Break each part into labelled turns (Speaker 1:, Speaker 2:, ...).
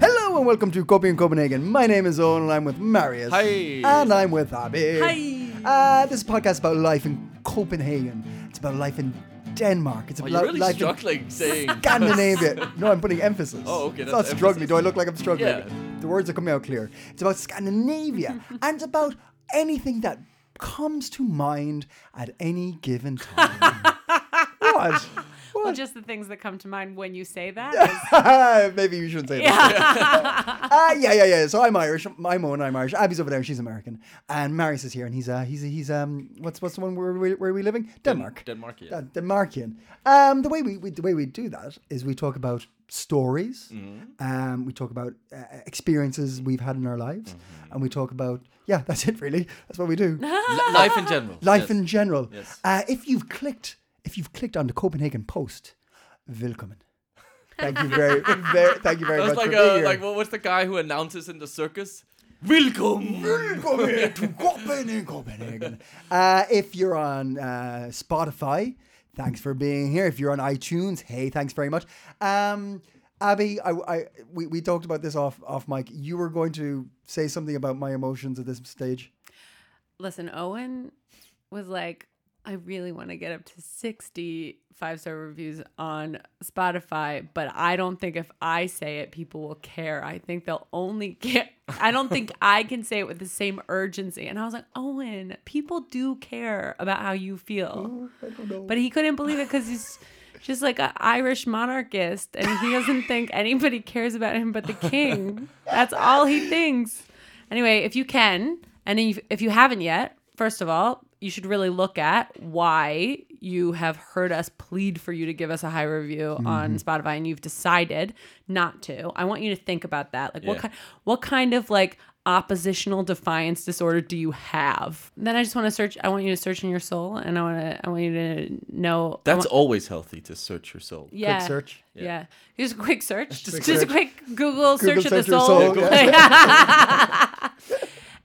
Speaker 1: and welcome to Copy in Copenhagen. My name is Owen and I'm with Marius.
Speaker 2: Hi.
Speaker 1: And I'm with Abby.
Speaker 3: Hi.
Speaker 1: Uh, this podcast is about life in Copenhagen. It's about life in Denmark. It's
Speaker 2: Are
Speaker 1: about
Speaker 2: Oh, you really
Speaker 1: life
Speaker 2: struggling saying?
Speaker 1: in Scandinavia. no, I'm putting emphasis.
Speaker 2: Oh, okay,
Speaker 1: It's
Speaker 2: that's
Speaker 1: not
Speaker 2: emphasis.
Speaker 1: struggling. Do I look like I'm struggling?
Speaker 2: Yeah.
Speaker 1: The words are coming out clear. It's about Scandinavia and about anything that comes to mind at any given time. what? What?
Speaker 3: Well, just the things that come to mind when you say that. is-
Speaker 1: Maybe you shouldn't say that.
Speaker 3: yeah.
Speaker 1: Ah, yeah, yeah, yeah. So I'm Irish. I'm Owen. I'm Irish. Abby's over there. She's American. And Marius is here, and he's uh, he's he's um, what's what's the one where we where are we living? Denmark.
Speaker 2: Denmark, yeah.
Speaker 1: Uh, Denmarkian. Um, the way we, we the way we do that is we talk about stories.
Speaker 2: Mm-hmm.
Speaker 1: Um, we talk about uh, experiences we've had in our lives,
Speaker 2: Mm-hmm.
Speaker 1: and we talk about yeah. That's it, really. That's what we do.
Speaker 2: Li- life in general.
Speaker 1: Life
Speaker 2: yes.
Speaker 1: in general.
Speaker 2: Yes.
Speaker 1: Uh, if you've clicked, if you've clicked on the Copenhagen Post, willkommen. Thank you very, very, thank you very
Speaker 2: That's
Speaker 1: much
Speaker 2: like
Speaker 1: for being
Speaker 2: a,
Speaker 1: here.
Speaker 2: like what, what's the guy who announces in the circus? Welcome.
Speaker 1: Copenhagen to Copenhagen, Copenhagen. Uh, if you're on uh, Spotify, thanks for being here. If you're on iTunes, hey, thanks very much. Um, Abby, I, I, we, we talked about this off off mic. You were going to say something about my emotions at this stage.
Speaker 3: Listen, Owen was like, I really want to get up to 60 five star reviews on Spotify, but I don't think if I say it, people will care. I think they'll only get, I don't think I can say it with the same urgency. And I was like, Owen, people do care about how you feel.
Speaker 1: I don't know.
Speaker 3: But he couldn't believe it because he's just like an Irish monarchist and he doesn't think anybody cares about him but the king. That's all he thinks. Anyway, if you can, and if, if you haven't yet, first of all, you should really look at why you have heard us plead for you to give us a high review on Spotify and you've decided not to. I want you to think about that. Like what
Speaker 2: Yeah.
Speaker 3: kind what kind of like oppositional defiance disorder do you have? Then I just want to search I want you to search in your soul and I want to I want you to know I
Speaker 2: That's always healthy to search your soul.
Speaker 3: yeah.
Speaker 1: search.
Speaker 3: Yeah. Just a quick search. Just,
Speaker 1: Quick
Speaker 3: just a
Speaker 1: search.
Speaker 3: quick Google, search of the
Speaker 1: search of
Speaker 3: soul.
Speaker 1: soul,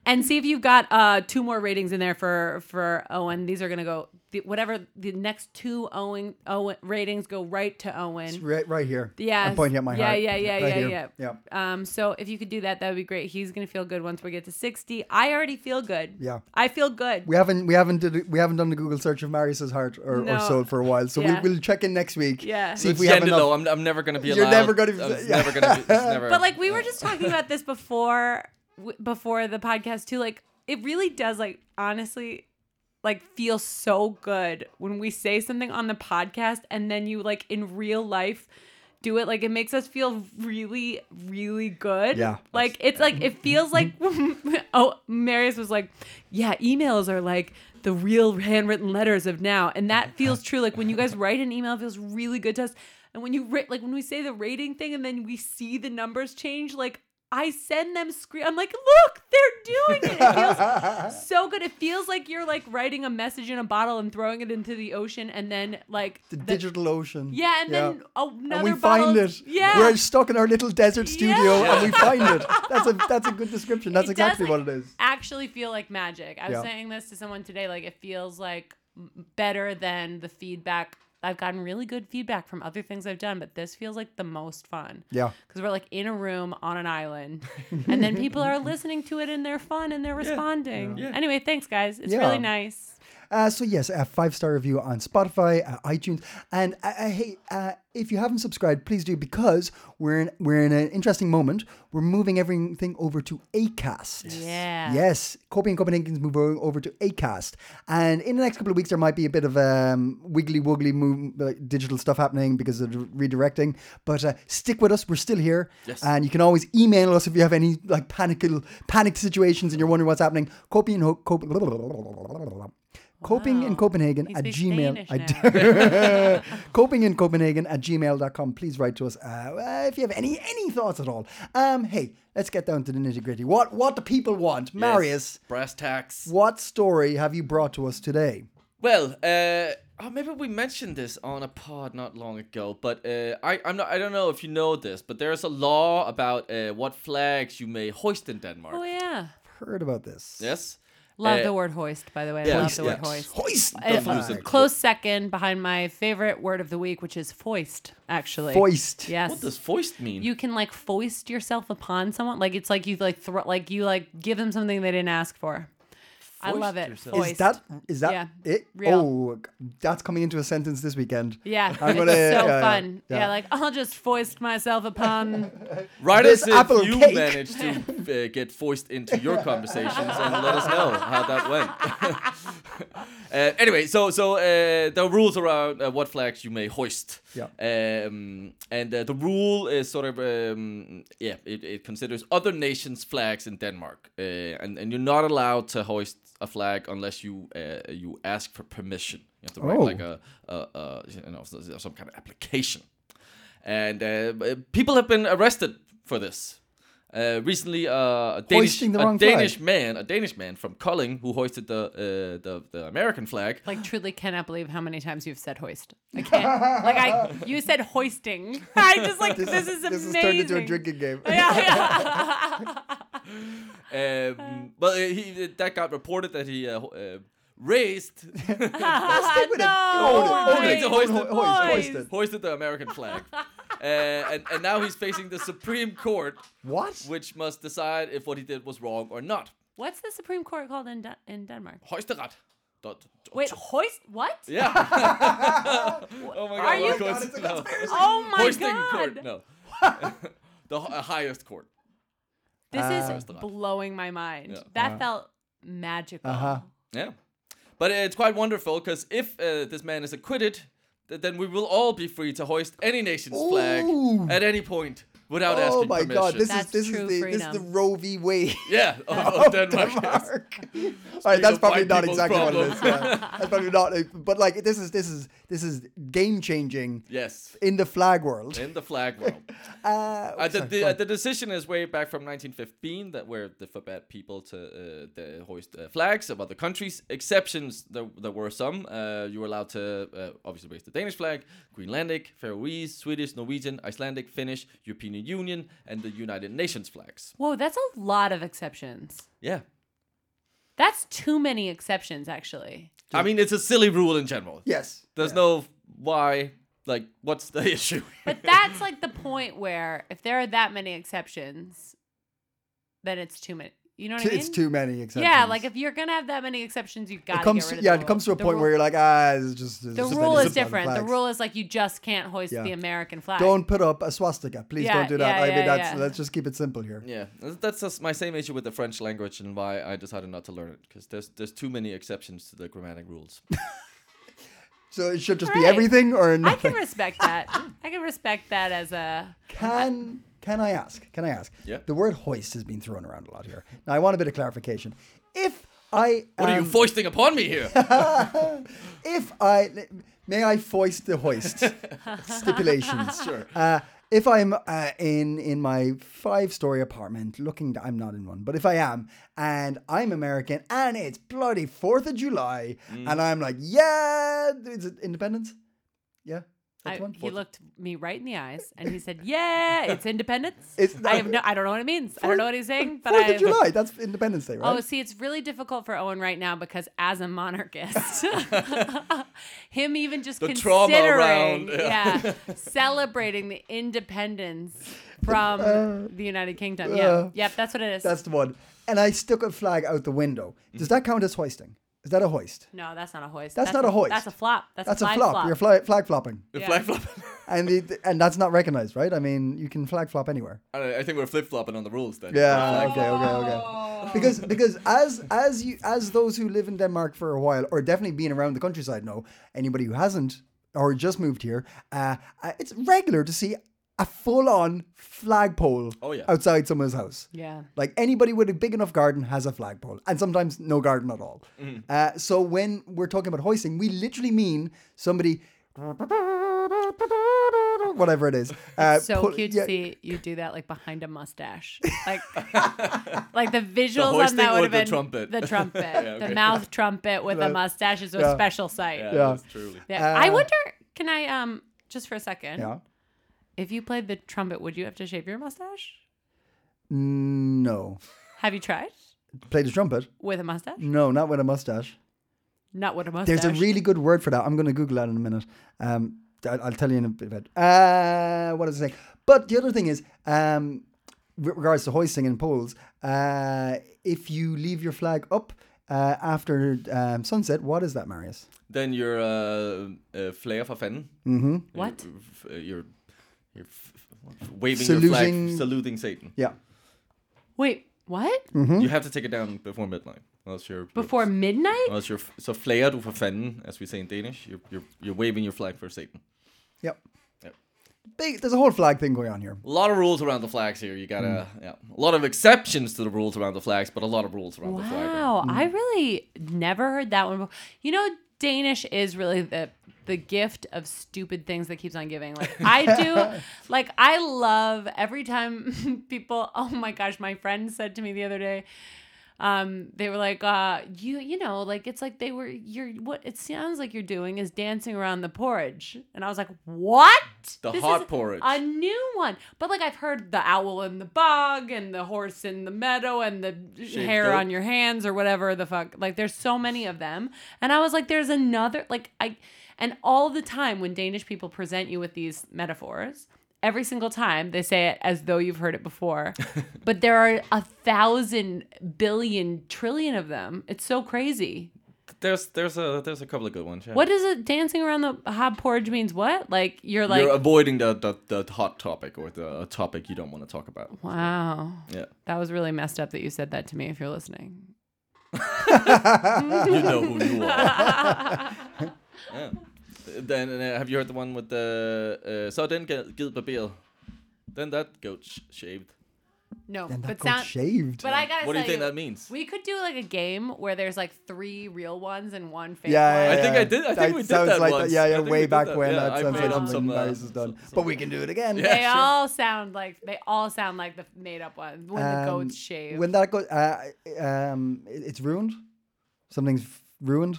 Speaker 3: and see if you've got uh, two more ratings in there for for Owen. These are gonna go the, whatever the next two Owen Owen ratings go right to Owen.
Speaker 1: It's right, right here.
Speaker 3: Yes.
Speaker 1: I'm pointing at my
Speaker 3: Yeah,
Speaker 1: heart.
Speaker 3: yeah, yeah,
Speaker 1: Right
Speaker 3: yeah,
Speaker 1: here.
Speaker 3: yeah.
Speaker 1: yeah.
Speaker 3: Um, so if you could do that, that would be great. He's gonna feel good once we get to sixty. I already feel good.
Speaker 1: Yeah.
Speaker 3: I feel good.
Speaker 1: We haven't we haven't did, we haven't done the Google search of Marius's heart or, or
Speaker 3: No.
Speaker 1: soul for a while, so
Speaker 3: Yeah.
Speaker 1: we, we'll check in next week.
Speaker 3: Yeah.
Speaker 1: See
Speaker 2: See
Speaker 1: if we have enough.
Speaker 2: though, I'm, I'm never gonna be allowed.
Speaker 1: You're never gonna be-
Speaker 2: I'm
Speaker 1: yeah.
Speaker 2: never gonna be. it's never-
Speaker 3: But like we were just talking about this before w- before the podcast too. Like it really does like honestly like feel so good when we say something on the podcast and then you like in real life do it like it makes us feel really really good
Speaker 1: Yeah.
Speaker 3: like it's like it feels like oh marius was like yeah emails are like the real handwritten letters of now and that feels true like when you guys write an email it feels really good to us and when you rate like when we say the rating thing and then we see the numbers change like i send them screen i'm like look they're doing it it feels so good it feels like you're like writing a message in a bottle and throwing it into the ocean and then like
Speaker 1: the digital ocean.
Speaker 3: yeah and then another
Speaker 1: and we
Speaker 3: bottle
Speaker 1: find
Speaker 3: of-
Speaker 1: it.
Speaker 3: yeah
Speaker 1: We're stuck in our little desert studio
Speaker 3: Yeah.
Speaker 1: and we find it. That's a that's a good description. That's
Speaker 3: It does,
Speaker 1: exactly
Speaker 3: like,
Speaker 1: what it is.
Speaker 3: Actually, feel like magic. I was
Speaker 1: Yeah.
Speaker 3: saying this to someone today. Like it feels like m- better than the feedback. I've gotten really good feedback from other things I've done, but this feels like the most fun.
Speaker 1: Yeah.
Speaker 3: Because we're like in a room on an island, and then people are listening to it and they're fun and they're responding.
Speaker 2: Yeah.
Speaker 3: Anyway, thanks guys. It's
Speaker 1: Yeah.
Speaker 3: really nice.
Speaker 1: Uh, so yes, a five star review on Spotify, uh, iTunes, and uh, uh, hey, uh, if you haven't subscribed, please do because we're in we're in an interesting moment. We're moving everything over to Acast.
Speaker 3: Yeah.
Speaker 1: Yes, Copy and Copenhagen's moving over to Acast, and in the next couple of weeks there might be a bit of um, wiggly woggly move, like, digital stuff happening because of the redirecting. But uh, stick with us; we're still here,
Speaker 2: Yes.
Speaker 1: and you can always email us if you have any like panic panic situations and you're wondering what's happening. Copy and ho- cop- coping in
Speaker 3: Wow.
Speaker 1: copenhagen
Speaker 3: He
Speaker 1: at
Speaker 3: speaks
Speaker 1: gmail
Speaker 3: Danish
Speaker 1: I
Speaker 3: now.
Speaker 1: do. coping in copenhagen at gmail.com please write to us uh, uh, if you have any any thoughts at all um hey let's get down to the nitty-gritty what what do people want
Speaker 2: Yes.
Speaker 1: marius
Speaker 2: Brass tacks.
Speaker 1: what story have you brought to us today
Speaker 2: Well, uh, oh, maybe we mentioned this on a pod not long ago, but uh, I, I'm not, I don't know if you know this, but there is a law about uh, what flags you may hoist in Denmark.
Speaker 3: Oh yeah.
Speaker 1: heard about this
Speaker 2: Yes.
Speaker 3: Love
Speaker 2: Uh,
Speaker 3: the word hoist, by the way. I
Speaker 2: yeah.
Speaker 3: love the word
Speaker 2: Yes.
Speaker 3: hoist.
Speaker 1: Hoist
Speaker 3: Uh,
Speaker 1: the flag.
Speaker 3: close second behind my favorite word of the week, which is foist, actually.
Speaker 1: Foist.
Speaker 3: Yes.
Speaker 2: What does foist mean?
Speaker 3: you can like foist yourself upon someone. Like it's like you like throw like you like give them something they didn't ask for. I
Speaker 2: Foist
Speaker 3: love it.
Speaker 2: yourself.
Speaker 3: Foist.
Speaker 1: Is that is that
Speaker 3: Yeah.
Speaker 1: it?
Speaker 3: Real.
Speaker 1: Oh, that's coming into a sentence this weekend.
Speaker 3: yeah,
Speaker 1: I'm
Speaker 3: it's
Speaker 1: gonna-
Speaker 3: so
Speaker 1: yeah, yeah,
Speaker 3: fun. Yeah,
Speaker 1: yeah.
Speaker 3: like I'll just foist myself upon.
Speaker 2: Write
Speaker 1: This
Speaker 2: us if
Speaker 1: apple
Speaker 2: you
Speaker 1: cake.
Speaker 2: managed to uh, get foist into your conversations and let us know how that went. uh, anyway, so so uh, the rules around uh, what flags you may hoist.
Speaker 1: Yeah.
Speaker 2: Um, and uh, the rule is sort of um, yeah, it, it considers other nations' flags in Denmark, uh, and and you're not allowed to hoist a flag unless you uh, you ask for permission. You have to write
Speaker 1: Oh.
Speaker 2: like a, a, a you know s- some kind of application and uh, b- people have been arrested for this. Uh, recently, uh, a Danish,
Speaker 1: Hoisting the
Speaker 2: a
Speaker 1: wrong
Speaker 2: Danish man, a Danish man from Culling, who hoisted the uh, the, the American flag. um,
Speaker 3: Like truly cannot believe how many times you've said hoist. I can't. like I, you said hoisting. I just like this, is amazing.
Speaker 1: This has turned into a drinking game.
Speaker 3: Yeah, yeah.
Speaker 2: Um, but he that got reported that he uh, ho- uh, raised
Speaker 1: Stick with it.
Speaker 3: No
Speaker 1: Own
Speaker 2: way.
Speaker 1: it. Own it. Own it.
Speaker 2: Hoist-
Speaker 1: Hoist-
Speaker 3: hoist.
Speaker 1: hoist it.
Speaker 2: hoisted the American flag, uh, and and now he's facing the Supreme Court,
Speaker 1: What?
Speaker 2: which must decide if what he did was wrong or not.
Speaker 3: What's the Supreme Court called in Den- in Denmark?
Speaker 2: Hoisteret. Dot-
Speaker 3: Wait, hoist what?
Speaker 2: Yeah. oh my god.
Speaker 3: Are
Speaker 2: what a
Speaker 3: you-
Speaker 1: God, it's a
Speaker 2: coincidence. No.
Speaker 1: conspiracy.
Speaker 3: Oh my
Speaker 2: Hoisting
Speaker 3: god.
Speaker 2: court. No. the hi- uh, highest court.
Speaker 3: This
Speaker 1: Ah.
Speaker 3: is blowing my mind.
Speaker 2: Yeah.
Speaker 3: That felt magical.
Speaker 1: Uh-huh.
Speaker 2: Yeah. But uh, it's quite wonderful because if uh, this man is acquitted, th- then we will all be free to hoist any nation's flag
Speaker 1: Ooh.
Speaker 2: at any point without
Speaker 1: Oh
Speaker 2: asking
Speaker 1: my
Speaker 2: permission.
Speaker 1: God! This
Speaker 3: That's
Speaker 1: is Oh, this
Speaker 3: true
Speaker 1: is the this is the
Speaker 3: freedom.
Speaker 1: Roe v. Wade.
Speaker 2: yeah, of,
Speaker 1: of
Speaker 2: of Oh, Denmark. yes.
Speaker 1: Denmark. All right, that's
Speaker 2: of
Speaker 1: probably
Speaker 2: white
Speaker 1: not
Speaker 2: people's
Speaker 1: exactly what it
Speaker 2: problem.
Speaker 1: is. yeah. That's probably not. uh, But like, this is this is this is game changing
Speaker 2: Yes.
Speaker 1: in the flag world.
Speaker 2: In the flag world.
Speaker 1: Uh,
Speaker 2: Uh, the, the, uh, the decision is way back from 1915 that where they forbade people to uh, the hoist uh, flags of other countries. Exceptions there, there were some. Uh, you were allowed to uh, obviously raise the Danish flag, Greenlandic, Faroese, Swedish, Norwegian, Icelandic, Finnish, European Union, and the United Nations flags.
Speaker 3: Whoa, that's a lot of exceptions.
Speaker 2: Yeah,
Speaker 3: That's too many exceptions, actually.
Speaker 2: I mean it's a silly rule in general.
Speaker 1: yes.
Speaker 2: There's
Speaker 1: Yeah.
Speaker 2: no why. Like, what's the issue?
Speaker 3: But that's like the point where if there are that many exceptions, then it's too many. You know what I mean?
Speaker 1: It's too many exceptions.
Speaker 3: Yeah, like if you're gonna have that many exceptions, you've got
Speaker 1: it
Speaker 3: to
Speaker 1: comes,
Speaker 3: get rid of the
Speaker 1: yeah,
Speaker 3: rule.
Speaker 1: it comes to a
Speaker 3: The
Speaker 1: point
Speaker 3: rule-
Speaker 1: where you're like, ah, it's just it's
Speaker 3: the
Speaker 1: just
Speaker 3: rule is
Speaker 1: it's just
Speaker 3: different. The
Speaker 1: flags.
Speaker 3: rule is like you just can't hoist
Speaker 1: Yeah.
Speaker 3: the American flag.
Speaker 1: Don't put up a swastika, please.
Speaker 3: Yeah,
Speaker 1: don't do that.
Speaker 3: yeah,
Speaker 1: I mean,
Speaker 3: yeah,
Speaker 1: that's
Speaker 3: yeah.
Speaker 1: let's just keep it simple here.
Speaker 2: Yeah, that's- that's just my same issue with the French language and why I decided not to learn it because there's there's too many exceptions to the grammatic rules.
Speaker 1: So it should just
Speaker 3: All
Speaker 1: be
Speaker 3: right.
Speaker 1: everything or
Speaker 3: I can
Speaker 1: nothing.
Speaker 3: respect that. I can respect that as a
Speaker 1: Can can I ask? Can I ask?
Speaker 2: Yeah.
Speaker 1: The word hoist has been thrown around a lot here. Now I want a bit of clarification. If I
Speaker 2: What are you
Speaker 1: am-
Speaker 2: foisting upon me here?
Speaker 1: if I may I foist the hoist stipulations.
Speaker 2: Sure.
Speaker 1: Uh, if I'm uh, in in my five story apartment, looking, d I'm not in one, but if I am, and I'm American, and it's bloody Fourth of July, and I'm like, yeah, is it Independence? Yeah,
Speaker 3: I,
Speaker 1: that's one.
Speaker 3: he looked me right in the eyes and he said, "Yeah, it's independence."
Speaker 1: It's
Speaker 3: I have no, I don't know what it means. I don't know what he's saying, but
Speaker 1: Fourth
Speaker 3: I.
Speaker 1: of July. That's Independence Day, right?
Speaker 3: Oh, see, it's really difficult for Owen right now because as a monarchist, him even just
Speaker 2: The trauma around,
Speaker 3: considering, yeah, celebrating the independence from the United Kingdom. yeah,
Speaker 1: uh,
Speaker 3: yep, that's what it is.
Speaker 1: that's the one. And I stuck a flag out the window. Does that count as hoisting? Is that a hoist?
Speaker 3: no, that's not a hoist.
Speaker 1: That's not a hoist.
Speaker 3: That's a flop. That's,
Speaker 1: That's
Speaker 3: a
Speaker 1: a
Speaker 3: flag
Speaker 1: flop. You're fly, flag flopping,
Speaker 3: Yeah.
Speaker 2: Flag flop.
Speaker 1: and the, and that's not recognized, right? I mean, you can flag flop anywhere.
Speaker 2: I, don't know, I think we're flip flopping on the rules then.
Speaker 1: Yeah. Okay. Okay. Okay. Because because as as you as those who live in Denmark for a while, or definitely being around the countryside know, anybody who hasn't or just moved here, uh, uh, it's regular to see a full on flagpole
Speaker 2: Oh, yeah.
Speaker 1: outside someone's house.
Speaker 3: Yeah.
Speaker 1: Like anybody with a big enough garden has a flagpole, and sometimes no garden at all. Uh, so when we're talking about hoisting, we literally mean somebody, whatever it is. Uh,
Speaker 3: so
Speaker 1: pull-
Speaker 3: cute to
Speaker 1: yeah,
Speaker 3: see you do that like behind a mustache, like like the
Speaker 2: The
Speaker 3: visuals on
Speaker 2: hoisting
Speaker 3: that
Speaker 2: or
Speaker 3: would have
Speaker 2: the
Speaker 3: been
Speaker 2: trumpet?
Speaker 3: the trumpet, the
Speaker 2: okay.
Speaker 3: mouth trumpet with a mustache is a
Speaker 1: Yeah.
Speaker 3: special sight.
Speaker 2: Yeah,
Speaker 3: Yeah.
Speaker 1: Yeah.
Speaker 2: That's truly.
Speaker 3: I
Speaker 1: Uh,
Speaker 3: wonder, can I um just for a second,
Speaker 1: Yeah.
Speaker 3: if you played the trumpet, would you have to shave your mustache?
Speaker 1: No.
Speaker 3: Have you tried?
Speaker 1: played the trumpet?
Speaker 3: with a mustache.
Speaker 1: No, not with a mustache.
Speaker 3: Not with a mustache.
Speaker 1: Mm. There's a really good word for that. I'm going to Google that in a minute. Um, I- I'll tell you in a bit. Uh, what is it saying? But the other thing is, um, with regards to hoisting and poles, uh, if you leave your flag up uh, after um, sunset, what is that, Marius?
Speaker 2: Then your uh, uh, flare for fanden.
Speaker 1: Mm-hmm.
Speaker 3: What?
Speaker 2: You're, uh, you're, you're f- f- waving your
Speaker 1: Saluting-
Speaker 2: flag, saluting Satan.
Speaker 1: Yeah.
Speaker 3: Wait, what?
Speaker 1: Mm. Mm-hmm.
Speaker 2: You have to take it down before midnight. Unless you're
Speaker 3: Before midnight?
Speaker 2: Unless you're f- so flare du for fanden, as we say in Danish. You're, you're you're waving your flag for Satan.
Speaker 1: Yep.
Speaker 2: Yep.
Speaker 1: Big, there's a whole flag thing going on here.
Speaker 2: A lot of rules around the flags here. You gotta yeah. A lot of exceptions to the rules around the flags, but a lot of rules around the flag. Mm-hmm. there.
Speaker 3: Wow, I really never heard that one before. You know, Danish is really the the gift of stupid things that keeps on giving. Like I do, like I love every time people. Oh my gosh, my friend said to me the other day. Um, they were like, uh, you, you know, like it's like they were, you're, what it sounds like you're doing is dancing around the porridge. And I was like, what?
Speaker 2: The
Speaker 3: This
Speaker 2: hot
Speaker 3: is
Speaker 2: porridge.
Speaker 3: A new one. But like I've heard the owl in the bog and the horse in the meadow and the
Speaker 2: Shaved
Speaker 3: hair
Speaker 2: goat.
Speaker 3: on your hands or whatever the fuck. Like there's so many of them. And I was like, there's another like I and all the time when Danish people present you with these metaphors, every single time they say it as though you've heard it before. but there are a thousand billion trillion of them. It's so crazy.
Speaker 2: There's there's a there's a couple of good ones. Yeah.
Speaker 3: What is it dancing around the hob porridge means what? Like you're like
Speaker 2: you're avoiding the, the the hot topic or the topic you don't want to talk about.
Speaker 3: Wow.
Speaker 2: Yeah.
Speaker 3: That was really messed up that you said that to me if you're listening.
Speaker 2: you know who you are. yeah. Then uh, have you heard the one with the uh, so then gid barberet, then that goat sh- shaved.
Speaker 3: No,
Speaker 1: And that
Speaker 3: but
Speaker 1: got
Speaker 3: sound
Speaker 1: shaved.
Speaker 3: But I gotta
Speaker 2: What do
Speaker 3: tell
Speaker 2: you think that means?
Speaker 3: we could do like a game where there's like three real ones and one fake
Speaker 1: yeah, yeah,
Speaker 3: one.
Speaker 2: I think
Speaker 1: yeah.
Speaker 2: I did- I think
Speaker 1: That
Speaker 2: we did
Speaker 1: sounds
Speaker 2: that
Speaker 1: like
Speaker 2: once.
Speaker 1: Yeah,
Speaker 2: I
Speaker 1: yeah,
Speaker 2: think
Speaker 1: way
Speaker 2: we did
Speaker 1: back
Speaker 2: that.
Speaker 1: when.
Speaker 2: Yeah,
Speaker 1: that
Speaker 2: I
Speaker 1: sounds
Speaker 2: made
Speaker 1: like
Speaker 2: up
Speaker 1: something
Speaker 2: some, uh,
Speaker 1: Marius has done.
Speaker 2: some- some-
Speaker 1: but we can do it again.
Speaker 2: Yeah.
Speaker 3: They all sound like they all sound like the made up one when the
Speaker 1: Um,
Speaker 3: goats shave.
Speaker 1: When that goes, uh, um, it- it's ruined. Something's f- ruined.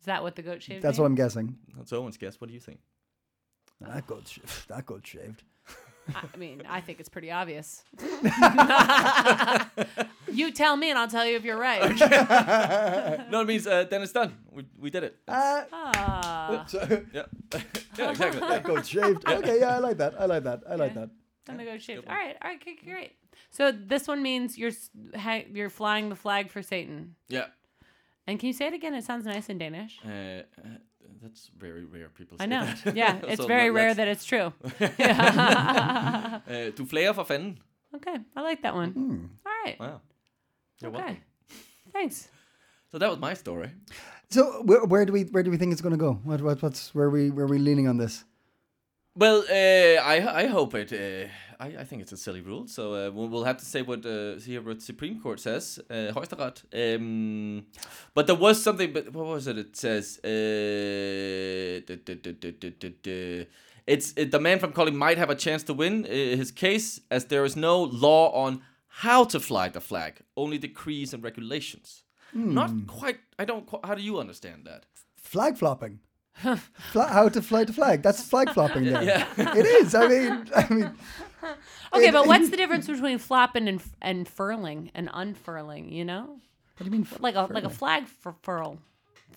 Speaker 3: Is that what the goat shave?
Speaker 1: That's what I'm guessing.
Speaker 2: That's Owen's guess. What do you think?
Speaker 1: That got sh- that got shaved.
Speaker 3: I'm. I mean, I think it's pretty obvious. you tell me, and I'll tell you if you're right.
Speaker 2: No, it means uh, then it's done. We we did it.
Speaker 1: Uh,
Speaker 3: Ah,
Speaker 1: so,
Speaker 2: Yeah. yeah, exactly.
Speaker 1: that got shaved. Okay, yeah, I like that. I like that. I like
Speaker 3: Yeah.
Speaker 1: that.
Speaker 3: then the goat shave.
Speaker 2: good
Speaker 3: All
Speaker 2: one.
Speaker 3: right, all right, okay, great. So this one means you're s- ha- you're flying the flag for Satan.
Speaker 2: Yeah.
Speaker 3: And can you say it again? It sounds nice in Danish.
Speaker 2: Uh, uh, that's very rare. People. Say
Speaker 3: I know.
Speaker 2: That.
Speaker 3: Yeah, it's
Speaker 2: So
Speaker 3: very
Speaker 2: let-
Speaker 3: rare
Speaker 2: let's-
Speaker 3: that it's true.
Speaker 2: Uh, du flager for fanden.
Speaker 3: Okay, I like that one.
Speaker 1: Mm.
Speaker 3: All right.
Speaker 2: Wow. You're
Speaker 3: Okay.
Speaker 2: welcome.
Speaker 3: Thanks.
Speaker 2: So that was my story.
Speaker 1: So where, where do we where do we think it's going to go? What, what what's where we where we leaning on this?
Speaker 2: Well, uh, I I hope it. Uh, I I think it's a silly rule, so uh, we'll, we'll have to say what uh, see what Supreme Court says, uh, Højesteret. Um, but there was something. But what was it? It says. Uh, duh, duh, duh, duh, duh, duh, duh. It's it, the man from Colin might have a chance to win uh, his case, as there is no law on how to fly the flag, only decrees and regulations. Not quite. I don't. qu- How do you understand that?
Speaker 1: Flag flopping. Fla- how to fly the flag? That's flag flopping. Then.
Speaker 2: Yeah.
Speaker 1: It is. I mean, I mean,
Speaker 3: Okay, but what's the difference between flopping and and furling and unfurling? You know,
Speaker 1: what do you mean? f-
Speaker 3: like a like a
Speaker 1: furling?
Speaker 3: flag for furl,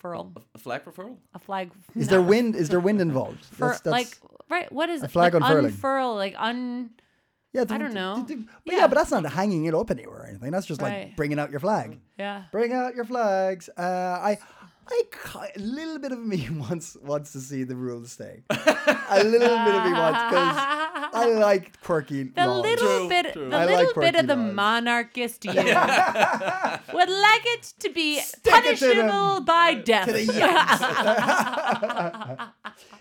Speaker 3: furl
Speaker 2: A flag referral?
Speaker 3: a flag.
Speaker 1: Is there wind? Is there wind involved?
Speaker 3: for, like right? What is
Speaker 1: a flag
Speaker 3: like,
Speaker 1: unfurling.
Speaker 3: Unfurl like un.
Speaker 1: yeah, the-
Speaker 3: I don't
Speaker 1: the-
Speaker 3: know.
Speaker 1: the- but yeah.
Speaker 3: Yeah.
Speaker 1: but that's not hanging it up anywhere or anything. That's just like
Speaker 3: Right. Mm.
Speaker 1: bringing out your flag.
Speaker 3: Yeah.
Speaker 1: Bring out your flags. Uh, I, I, ki- a little bit of me wants wants to see the rules stay. a little bit of me wants because I like quirky.
Speaker 3: The
Speaker 1: laws.
Speaker 3: little
Speaker 2: True,
Speaker 3: bit,
Speaker 2: true.
Speaker 3: the
Speaker 1: I like
Speaker 3: little bit
Speaker 1: quirky
Speaker 3: of the
Speaker 1: laws.
Speaker 3: monarchist you would like it to be
Speaker 1: Stick it to them.
Speaker 3: punishable by death.
Speaker 1: To the yanks.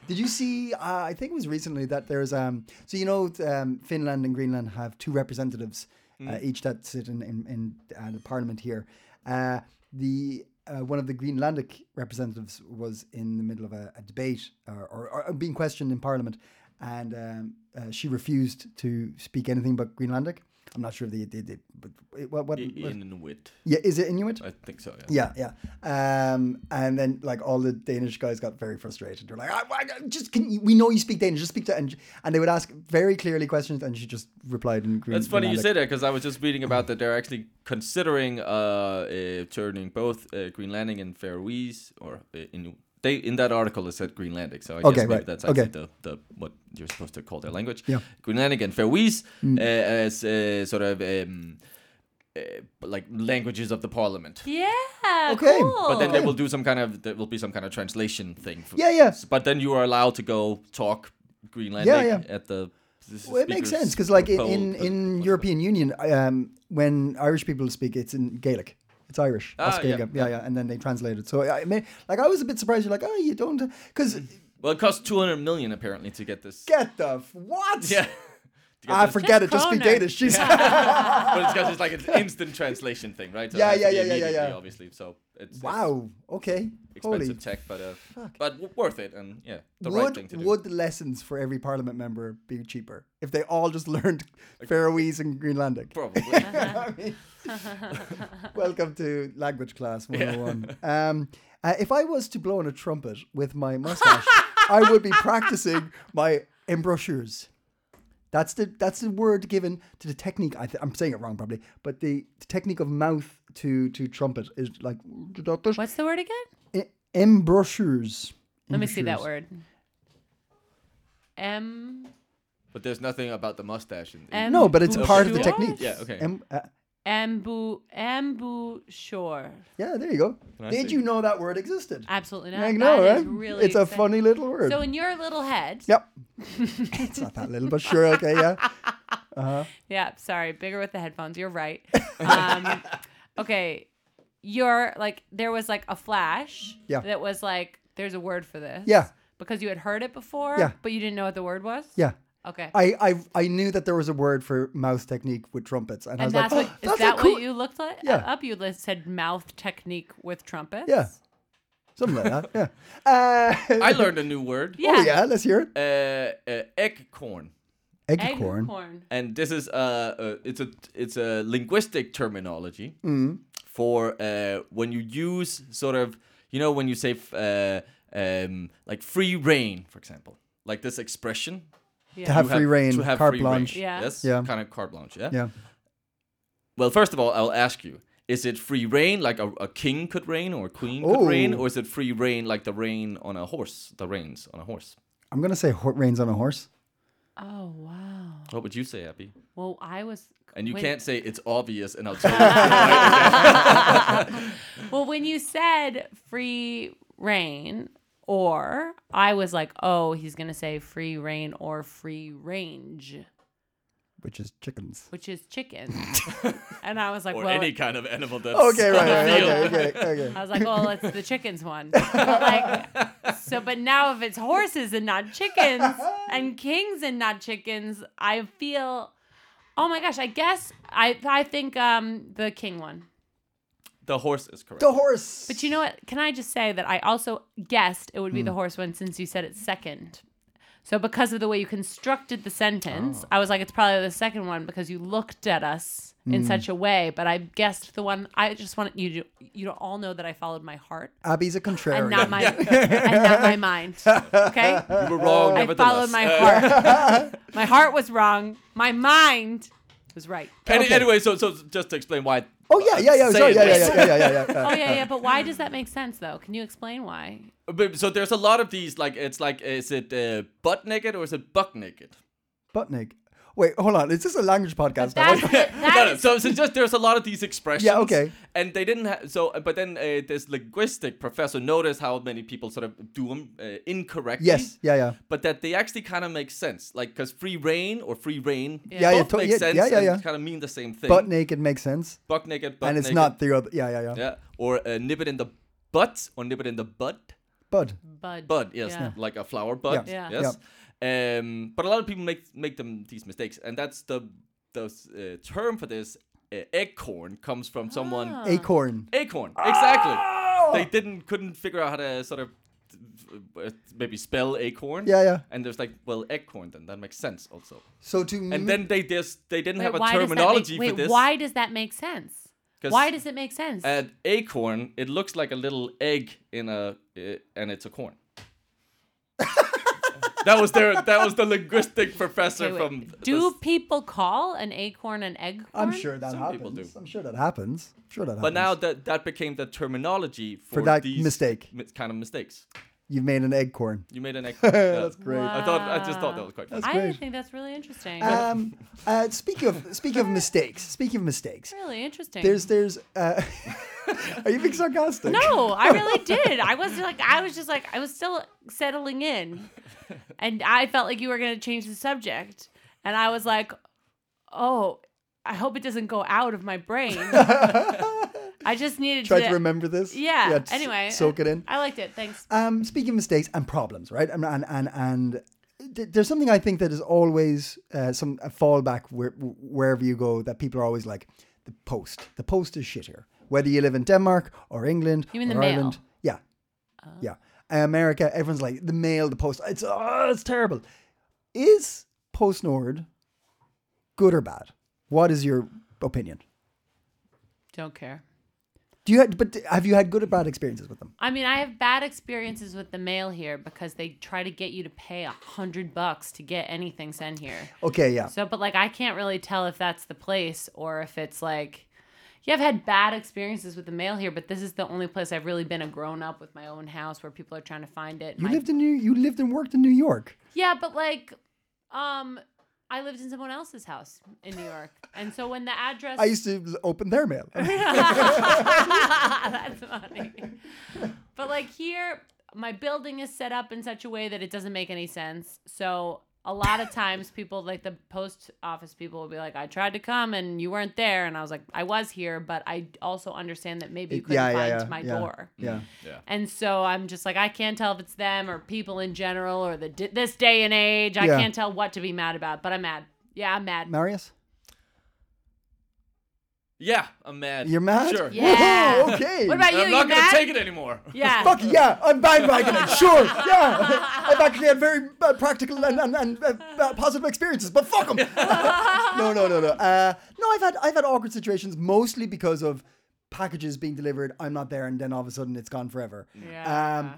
Speaker 1: Did you see? Uh, I think it was recently that there's um. So you know, um, Finland and Greenland have two representatives, uh, each that sit in in, in uh, the parliament here. Uh, the uh, one of the uh, Greenlandic representatives was in the middle of a, a debate or, or, or being questioned in parliament, and um, uh, she refused to speak anything but Greenlandic. I'm not sure if they did it, but it- what, what,
Speaker 2: I-
Speaker 1: what-
Speaker 2: Inuit.
Speaker 1: yeah, is it Inuit?
Speaker 2: I think so. Yeah.
Speaker 1: Yeah, yeah. Um, and then like all the Danish guys got very frustrated. They're like, I, I- just can you, we know you speak Danish, just speak to and and they would ask very clearly questions, and she just replied in Green.
Speaker 2: That's funny you
Speaker 1: Greenlandic.
Speaker 2: say that because I was just reading about that they're actually considering uh, uh turning both uh, Greenlandic and Faroese or uh, Inuit. They in that article it said Greenlandic, so I
Speaker 1: Okay,
Speaker 2: guess maybe
Speaker 1: right.
Speaker 2: that's
Speaker 1: Okay.
Speaker 2: actually the, the what you're supposed to call their language.
Speaker 1: Yeah. Mm.
Speaker 2: Greenlandic and Faroese uh, as uh, sort of um, uh, like languages of the parliament.
Speaker 3: Yeah.
Speaker 1: Okay.
Speaker 3: Cool.
Speaker 2: But then they will do some kind of there will be some kind of translation thing. For,
Speaker 1: Yeah, yeah.
Speaker 2: But then you are allowed to go talk Greenlandic
Speaker 1: Yeah,
Speaker 2: at the.
Speaker 1: Well, it makes sense because, like, in in,
Speaker 2: uh,
Speaker 1: in European Union, um, when Irish people speak, it's in Gaelic. It's Irish. That's
Speaker 2: Ah, yeah,
Speaker 1: Gaelic. Yeah, yeah, And then they translate it. So I, I mean, like, I was a bit surprised. You're like, oh, you don't, because
Speaker 2: Well, it costs 200 million apparently to get this.
Speaker 1: get the f- what?
Speaker 2: yeah. To get
Speaker 1: I
Speaker 2: this-
Speaker 1: forget it.
Speaker 3: Just
Speaker 1: Just speak
Speaker 3: Cronin.
Speaker 1: Danish. Jeez.
Speaker 2: But it's because it's like an instant translation thing, right? So it
Speaker 1: Yeah,
Speaker 2: has to
Speaker 1: yeah,
Speaker 2: be
Speaker 1: yeah, yeah, yeah,
Speaker 2: immediately,
Speaker 1: yeah.
Speaker 2: Obviously, so it's it's
Speaker 1: wow. Okay.
Speaker 2: expensive
Speaker 1: Holy.
Speaker 2: tech, but uh, but w- worth it, and yeah, the
Speaker 1: would
Speaker 2: right thing to do.
Speaker 1: would lessons for every parliament member be cheaper if they all just learned Faroese and Greenlandic?
Speaker 2: Probably.
Speaker 1: I mean, Welcome to language class 101. Um, uh, if I was to blow on a trumpet with my mustache, I would be practicing my embouchures. That's the that's the word given to the technique. I th- I'm saying it wrong probably, but the, the technique of mouth to to trumpet is like
Speaker 3: What's the word again?
Speaker 1: E- embouchures.
Speaker 3: Let me see that
Speaker 1: Embouchures.
Speaker 3: word. M
Speaker 2: but there's nothing about the mustache. In, in-
Speaker 3: M-
Speaker 1: No, but it's
Speaker 3: Okay.
Speaker 1: part of the
Speaker 3: Sure.
Speaker 1: technique.
Speaker 2: Yeah, okay.
Speaker 1: Em- uh,
Speaker 3: ambu ambu shore.
Speaker 1: yeah, there you go.
Speaker 2: I
Speaker 1: Did
Speaker 2: see?
Speaker 1: you know that word existed?
Speaker 3: Absolutely not.
Speaker 1: I know,
Speaker 3: That
Speaker 1: right?
Speaker 3: is really
Speaker 1: it's a
Speaker 3: exciting.
Speaker 1: funny little word.
Speaker 3: So in your little head,
Speaker 1: Yep. it's not that little, but sure, okay, yeah.
Speaker 3: yeah, sorry, bigger with the headphones. You're right. Um, okay, you're like there was like a flash.
Speaker 1: Yeah.
Speaker 3: That was like there's a word for this.
Speaker 1: Yeah.
Speaker 3: Because you had heard it before.
Speaker 1: Yeah.
Speaker 3: But you didn't know what the word was.
Speaker 1: Yeah.
Speaker 3: Okay.
Speaker 1: I, I I knew that there was a word for mouth technique with trumpets, and, I was
Speaker 3: and that's
Speaker 1: like,
Speaker 3: what
Speaker 1: "Oh,
Speaker 3: is
Speaker 1: that's
Speaker 3: that
Speaker 1: a cool,
Speaker 3: what you looked like
Speaker 1: Yeah.
Speaker 3: up? You li- said mouth technique with trumpets.
Speaker 1: Yeah. something like that." Yeah. Uh,
Speaker 2: I learned a new word.
Speaker 3: Yeah.
Speaker 1: oh yeah, let's hear it.
Speaker 2: Uh, uh, egg corn.
Speaker 1: Egg,
Speaker 3: Egg
Speaker 1: corn.
Speaker 3: corn.
Speaker 2: and this is uh, uh it's a it's a linguistic terminology
Speaker 1: Mm-hmm.
Speaker 2: for uh when you use sort of you know when you say f- uh um like free reign for example like this expression
Speaker 1: To have
Speaker 2: you
Speaker 1: free reign,
Speaker 2: to have
Speaker 1: carte
Speaker 2: free
Speaker 1: blanche.
Speaker 2: reign,
Speaker 3: Yeah.
Speaker 2: yes
Speaker 1: Yeah.
Speaker 2: kind of carte blanche yeah?
Speaker 1: Yeah.
Speaker 2: well first of all I'll ask you is it free reign like a, a king could reign or a queen could reign
Speaker 1: Oh.
Speaker 2: or is it free reign like the reign on a horse the reins on a horse
Speaker 1: I'm gonna say ho- reins on a horse.
Speaker 3: Oh wow.
Speaker 2: what would you say Abby
Speaker 3: Well, I was.
Speaker 2: and you
Speaker 3: when-
Speaker 2: can't say it's obvious and I'll tell you
Speaker 3: Well, when you said free reign or, I was like, oh, he's gonna say free reign or free range,
Speaker 1: Which is chickens.
Speaker 3: which is chicken. and I was like,
Speaker 2: or
Speaker 3: well,
Speaker 2: any kind of animal that's
Speaker 1: Okay, right,
Speaker 2: on the
Speaker 1: right,
Speaker 2: field.
Speaker 1: okay, okay, okay.
Speaker 3: I was like, well, it's the chickens one. But like, so, but now if it's horses and not chickens, and kings and not chickens, I feel. Oh my gosh! I guess I I think um the king one.
Speaker 2: The horse is correct.
Speaker 1: The horse.
Speaker 3: But you know what? Can I just say that I also guessed it would be the horse one since you said it second. So because of the way you constructed the sentence, I was like, it's probably the second one because you looked at us in such a way. But I guessed the one. I just want you to you to all know that I followed my heart
Speaker 1: Abby's a contrarian.
Speaker 3: and not my and not my mind. Okay.
Speaker 2: you were wrong.
Speaker 3: I
Speaker 2: nevertheless. Uh,
Speaker 3: followed my heart. my heart was wrong. My mind was right.
Speaker 2: Any, Anyway, so so just to explain why.
Speaker 1: oh yeah, yeah, yeah.
Speaker 2: Say
Speaker 1: Sorry,
Speaker 2: it,
Speaker 1: yeah, yeah,
Speaker 2: please.
Speaker 1: yeah, yeah, yeah, yeah, yeah.
Speaker 3: Oh yeah, yeah. But why does that make sense though? Can you explain why?
Speaker 2: But- So there's a lot of these. Like it's like is it uh, butt naked or is it buck naked?
Speaker 1: Butt naked. Wait, hold on. Is this a language podcast? now?
Speaker 3: That's the, that
Speaker 2: no, no.
Speaker 3: is-
Speaker 2: So, so just there's a lot of these expressions.
Speaker 1: Yeah, okay.
Speaker 2: And they didn't have so, but then uh, this linguistic professor noticed how many people sort of do them uh, incorrectly.
Speaker 1: Yes. Yeah, yeah.
Speaker 2: But that they actually kind of make sense, like because free reign or free reign
Speaker 1: Yeah, yeah,
Speaker 2: both
Speaker 1: to-
Speaker 2: make
Speaker 1: yeah,
Speaker 2: sense
Speaker 1: yeah, yeah,
Speaker 2: and
Speaker 1: yeah.
Speaker 2: kind of mean the same thing.
Speaker 1: Butt naked makes sense,
Speaker 2: buck naked, butt
Speaker 1: and it's
Speaker 2: naked.
Speaker 1: not the other. Yeah, yeah, yeah.
Speaker 2: Yeah, or uh, nip it in the butt or nip it in the butt.
Speaker 1: Bud.
Speaker 3: bud.
Speaker 2: bud yes
Speaker 3: Yeah.
Speaker 2: like a flower bud
Speaker 3: Yeah.
Speaker 1: Yeah.
Speaker 2: yes um but a lot of people make make them these mistakes and that's the the uh, term for this uh, acorn comes from someone
Speaker 3: Ah.
Speaker 1: Acorn. Ah!
Speaker 2: acorn exactly they didn't couldn't figure out how to sort of uh, maybe spell acorn.
Speaker 1: Yeah, yeah. Hmm.
Speaker 2: And there's like, well, acorn. Then that makes sense also.
Speaker 1: So to
Speaker 2: And then they just they didn't have a
Speaker 3: Wait, why does that make-
Speaker 2: terminology
Speaker 3: wait,
Speaker 2: for this. Uh,
Speaker 3: Why does that make sense?
Speaker 2: 'Cause-
Speaker 3: Why does it make sense?
Speaker 2: At acorn, it looks like a little egg in a, uh, and it's a corn. that was their. That was the linguistic professor
Speaker 3: Okay, wait.
Speaker 2: from.
Speaker 3: do
Speaker 2: the-
Speaker 3: people call an acorn an egg?
Speaker 1: I'm
Speaker 3: corn?
Speaker 1: sure that
Speaker 2: Some people
Speaker 1: happens.
Speaker 2: do.
Speaker 1: I'm sure that happens. I'm sure that happens.
Speaker 2: But now that that became the terminology for,
Speaker 1: that
Speaker 2: these
Speaker 1: mistake.
Speaker 2: mi- kind of mistakes.
Speaker 1: you've made an egg corn.
Speaker 2: You made an egg.
Speaker 1: That's great.
Speaker 2: I thought I just thought that was quite funny.
Speaker 3: I
Speaker 1: great.
Speaker 3: think that's really interesting.
Speaker 1: Um, uh, speak of speak of mistakes. Speak of mistakes.
Speaker 3: really interesting.
Speaker 1: There's there's. Uh, are you being sarcastic?
Speaker 3: no, I really did. I was like, I was just like, I was still settling in, and I felt like you were gonna change the subject, and I was like, oh, I hope it doesn't go out of my brain. I just needed
Speaker 1: Try to remember this.
Speaker 3: Yeah.
Speaker 1: s-
Speaker 3: anyway,
Speaker 1: Soak it in.
Speaker 3: I liked it. Thanks.
Speaker 1: um, speaking of mistakes and problems, right? And and and, and th- there's something I think that is always uh, some a fallback where, wherever you go that people are always like the post. The post is shittier, whether you live in Denmark or England
Speaker 3: You mean
Speaker 1: or
Speaker 3: the mail? Oh.
Speaker 1: Ireland. Yeah, yeah. America, everyone's like the mail, the post. It's oh, it's terrible. Is Post Nord good or bad? What is your opinion?
Speaker 3: Don't care.
Speaker 1: Do you had, but have you had good or bad experiences with them?
Speaker 3: I mean, I have bad experiences with the mail here because they try to get you to pay a hundred bucks to get anything sent here.
Speaker 1: Okay, yeah.
Speaker 3: So, but like, I can't really tell if that's the place or if it's like, yeah, I've had bad experiences with the mail here, but this is the only place I've really been a grown up with my own house where people are trying to find it.
Speaker 1: You
Speaker 3: My-
Speaker 1: lived in New, you lived and worked in New York.
Speaker 3: yeah, but like, um, I lived in someone else's house in New York, and so when the address
Speaker 1: I used to open their mail.
Speaker 3: That's funny. But like here, my building is set up in such a way that it doesn't make any sense. So a lot of times people like the post office people will be like, I tried to come and you weren't there. And I was like, I was here, but I also understand that maybe you couldn't
Speaker 1: yeah, yeah,
Speaker 3: find
Speaker 1: yeah,
Speaker 3: my
Speaker 1: yeah.
Speaker 3: door.
Speaker 1: yeah.
Speaker 2: Yeah.
Speaker 3: And so I'm just like, I can't tell if it's them or people in general or the d- this day and age. I
Speaker 1: Yeah.
Speaker 3: can't tell what to be mad about, but I'm mad. Yeah, I'm mad.
Speaker 1: Marius,
Speaker 2: Yeah, I'm mad.
Speaker 1: you're mad.
Speaker 2: Sure.
Speaker 3: Yeah.
Speaker 1: Woohoo, okay.
Speaker 3: What about
Speaker 2: And
Speaker 3: you?
Speaker 2: I'm
Speaker 3: you
Speaker 2: not gonna
Speaker 3: mad?
Speaker 2: take it anymore.
Speaker 3: Yeah.
Speaker 1: Fuck yeah, I'm bandwagoning. sure, yeah. I've actually had very uh, practical and, and, and uh, uh, positive experiences, but fuck them. no, no, no, no. Uh, no, I've had I've had awkward situations mostly because of packages being delivered. I'm not there, and then all of a sudden it's gone forever.
Speaker 3: Yeah.
Speaker 1: Um,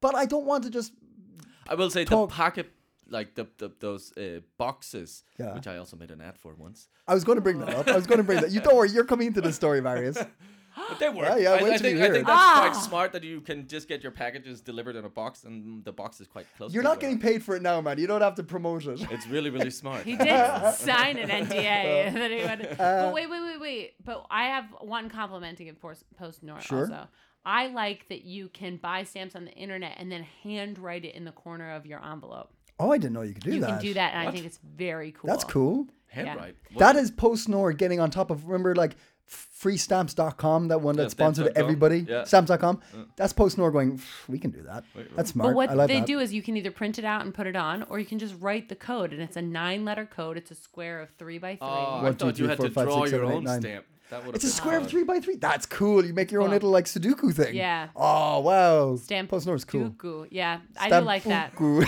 Speaker 1: but I don't want to just
Speaker 2: I will say
Speaker 1: Talk-
Speaker 2: the packet, like the, the those uh, boxes,
Speaker 1: Yeah.
Speaker 2: which I also made an ad for once.
Speaker 1: I was going to bring that up. I was going to bring that. You don't worry. You're coming into the story, Marius.
Speaker 2: But they work.
Speaker 1: Yeah, yeah,
Speaker 2: I,
Speaker 1: wait
Speaker 2: I
Speaker 1: till
Speaker 2: think,
Speaker 1: you
Speaker 2: I
Speaker 1: hear
Speaker 2: think
Speaker 1: it.
Speaker 2: that's
Speaker 3: Ah.
Speaker 2: quite smart that you can just get your packages delivered in a box, and the box is quite close.
Speaker 1: You're
Speaker 2: to
Speaker 1: not
Speaker 2: where-
Speaker 1: getting paid for it now, man. You don't have to promote it.
Speaker 2: It's really, really smart.
Speaker 3: He did sign an
Speaker 1: Uh,
Speaker 3: NDA. that he would, but wait, wait, wait, wait. But I have one compliment to give Post, Post Nord
Speaker 1: Sure.
Speaker 3: also. I like that you can buy stamps on the internet and then handwrite it in the corner of your envelope.
Speaker 1: Oh, I didn't know you could do
Speaker 3: you
Speaker 1: that.
Speaker 3: can do that, and I
Speaker 2: What?
Speaker 3: think it's very cool.
Speaker 1: That's cool.
Speaker 2: Handwrite.
Speaker 1: That is post Nord getting on top of remember like freestamps.com that one that
Speaker 2: Yeah,
Speaker 1: sponsored
Speaker 2: stamps.com.
Speaker 1: everybody
Speaker 2: Yeah.
Speaker 1: stamps.com that's post Nord going "Pff, we can do that that's smart
Speaker 3: But what
Speaker 1: I like
Speaker 3: they
Speaker 1: that.
Speaker 3: do is you can either print it out and put it on, or you can just write the code, and it's a nine-letter code. It's a square of three by three.
Speaker 2: Oh, I
Speaker 1: One, two,
Speaker 2: thought
Speaker 1: three,
Speaker 2: you had
Speaker 1: four,
Speaker 2: to
Speaker 1: five,
Speaker 2: draw
Speaker 1: six,
Speaker 2: your
Speaker 1: seven, eight,
Speaker 2: own
Speaker 1: nine.
Speaker 2: stamp. That would
Speaker 1: it's a square of three by three that's cool you make your own
Speaker 3: Cool.
Speaker 1: little like sudoku thing
Speaker 3: Yeah.
Speaker 1: oh wow
Speaker 3: Stamp
Speaker 1: post Nord's cool
Speaker 3: Dooku. Yeah, I do
Speaker 1: Stamp-
Speaker 3: like that.
Speaker 1: Ooh.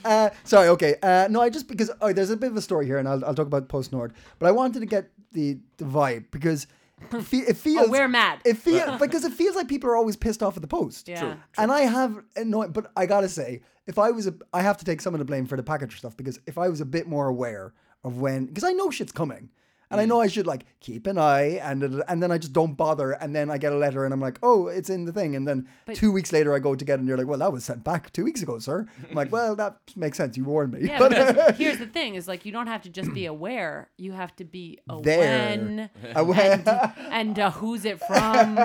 Speaker 1: uh, sorry, okay. Uh, no, I just because oh, there's a bit of a story here, and I'll, I'll talk about post Nord. But I wanted to get the, the vibe because it fe- it feels
Speaker 3: Oh, we're mad.
Speaker 1: It feels because it feels like people are always pissed off at the post.
Speaker 3: Yeah. True.
Speaker 1: And I have annoyed, but I gotta say, if I was a, I have to take some of the blame for the package stuff because if I was a bit more aware of when, because I know shit's coming. And
Speaker 3: Mm.
Speaker 1: I know I should like keep an eye, and and then I just don't bother, and then I get a letter, and I'm like, oh, it's in the thing, and then two weeks later I go to get, it, and you're like, well, that was sent back two weeks ago, sir. I'm like, well, that makes sense. You warned me.
Speaker 3: Yeah,
Speaker 1: But-
Speaker 3: because here's the thing: is like you don't have to just be aware; you have to be
Speaker 1: There.
Speaker 3: aware
Speaker 1: Aware.
Speaker 3: and, and uh, who's it from,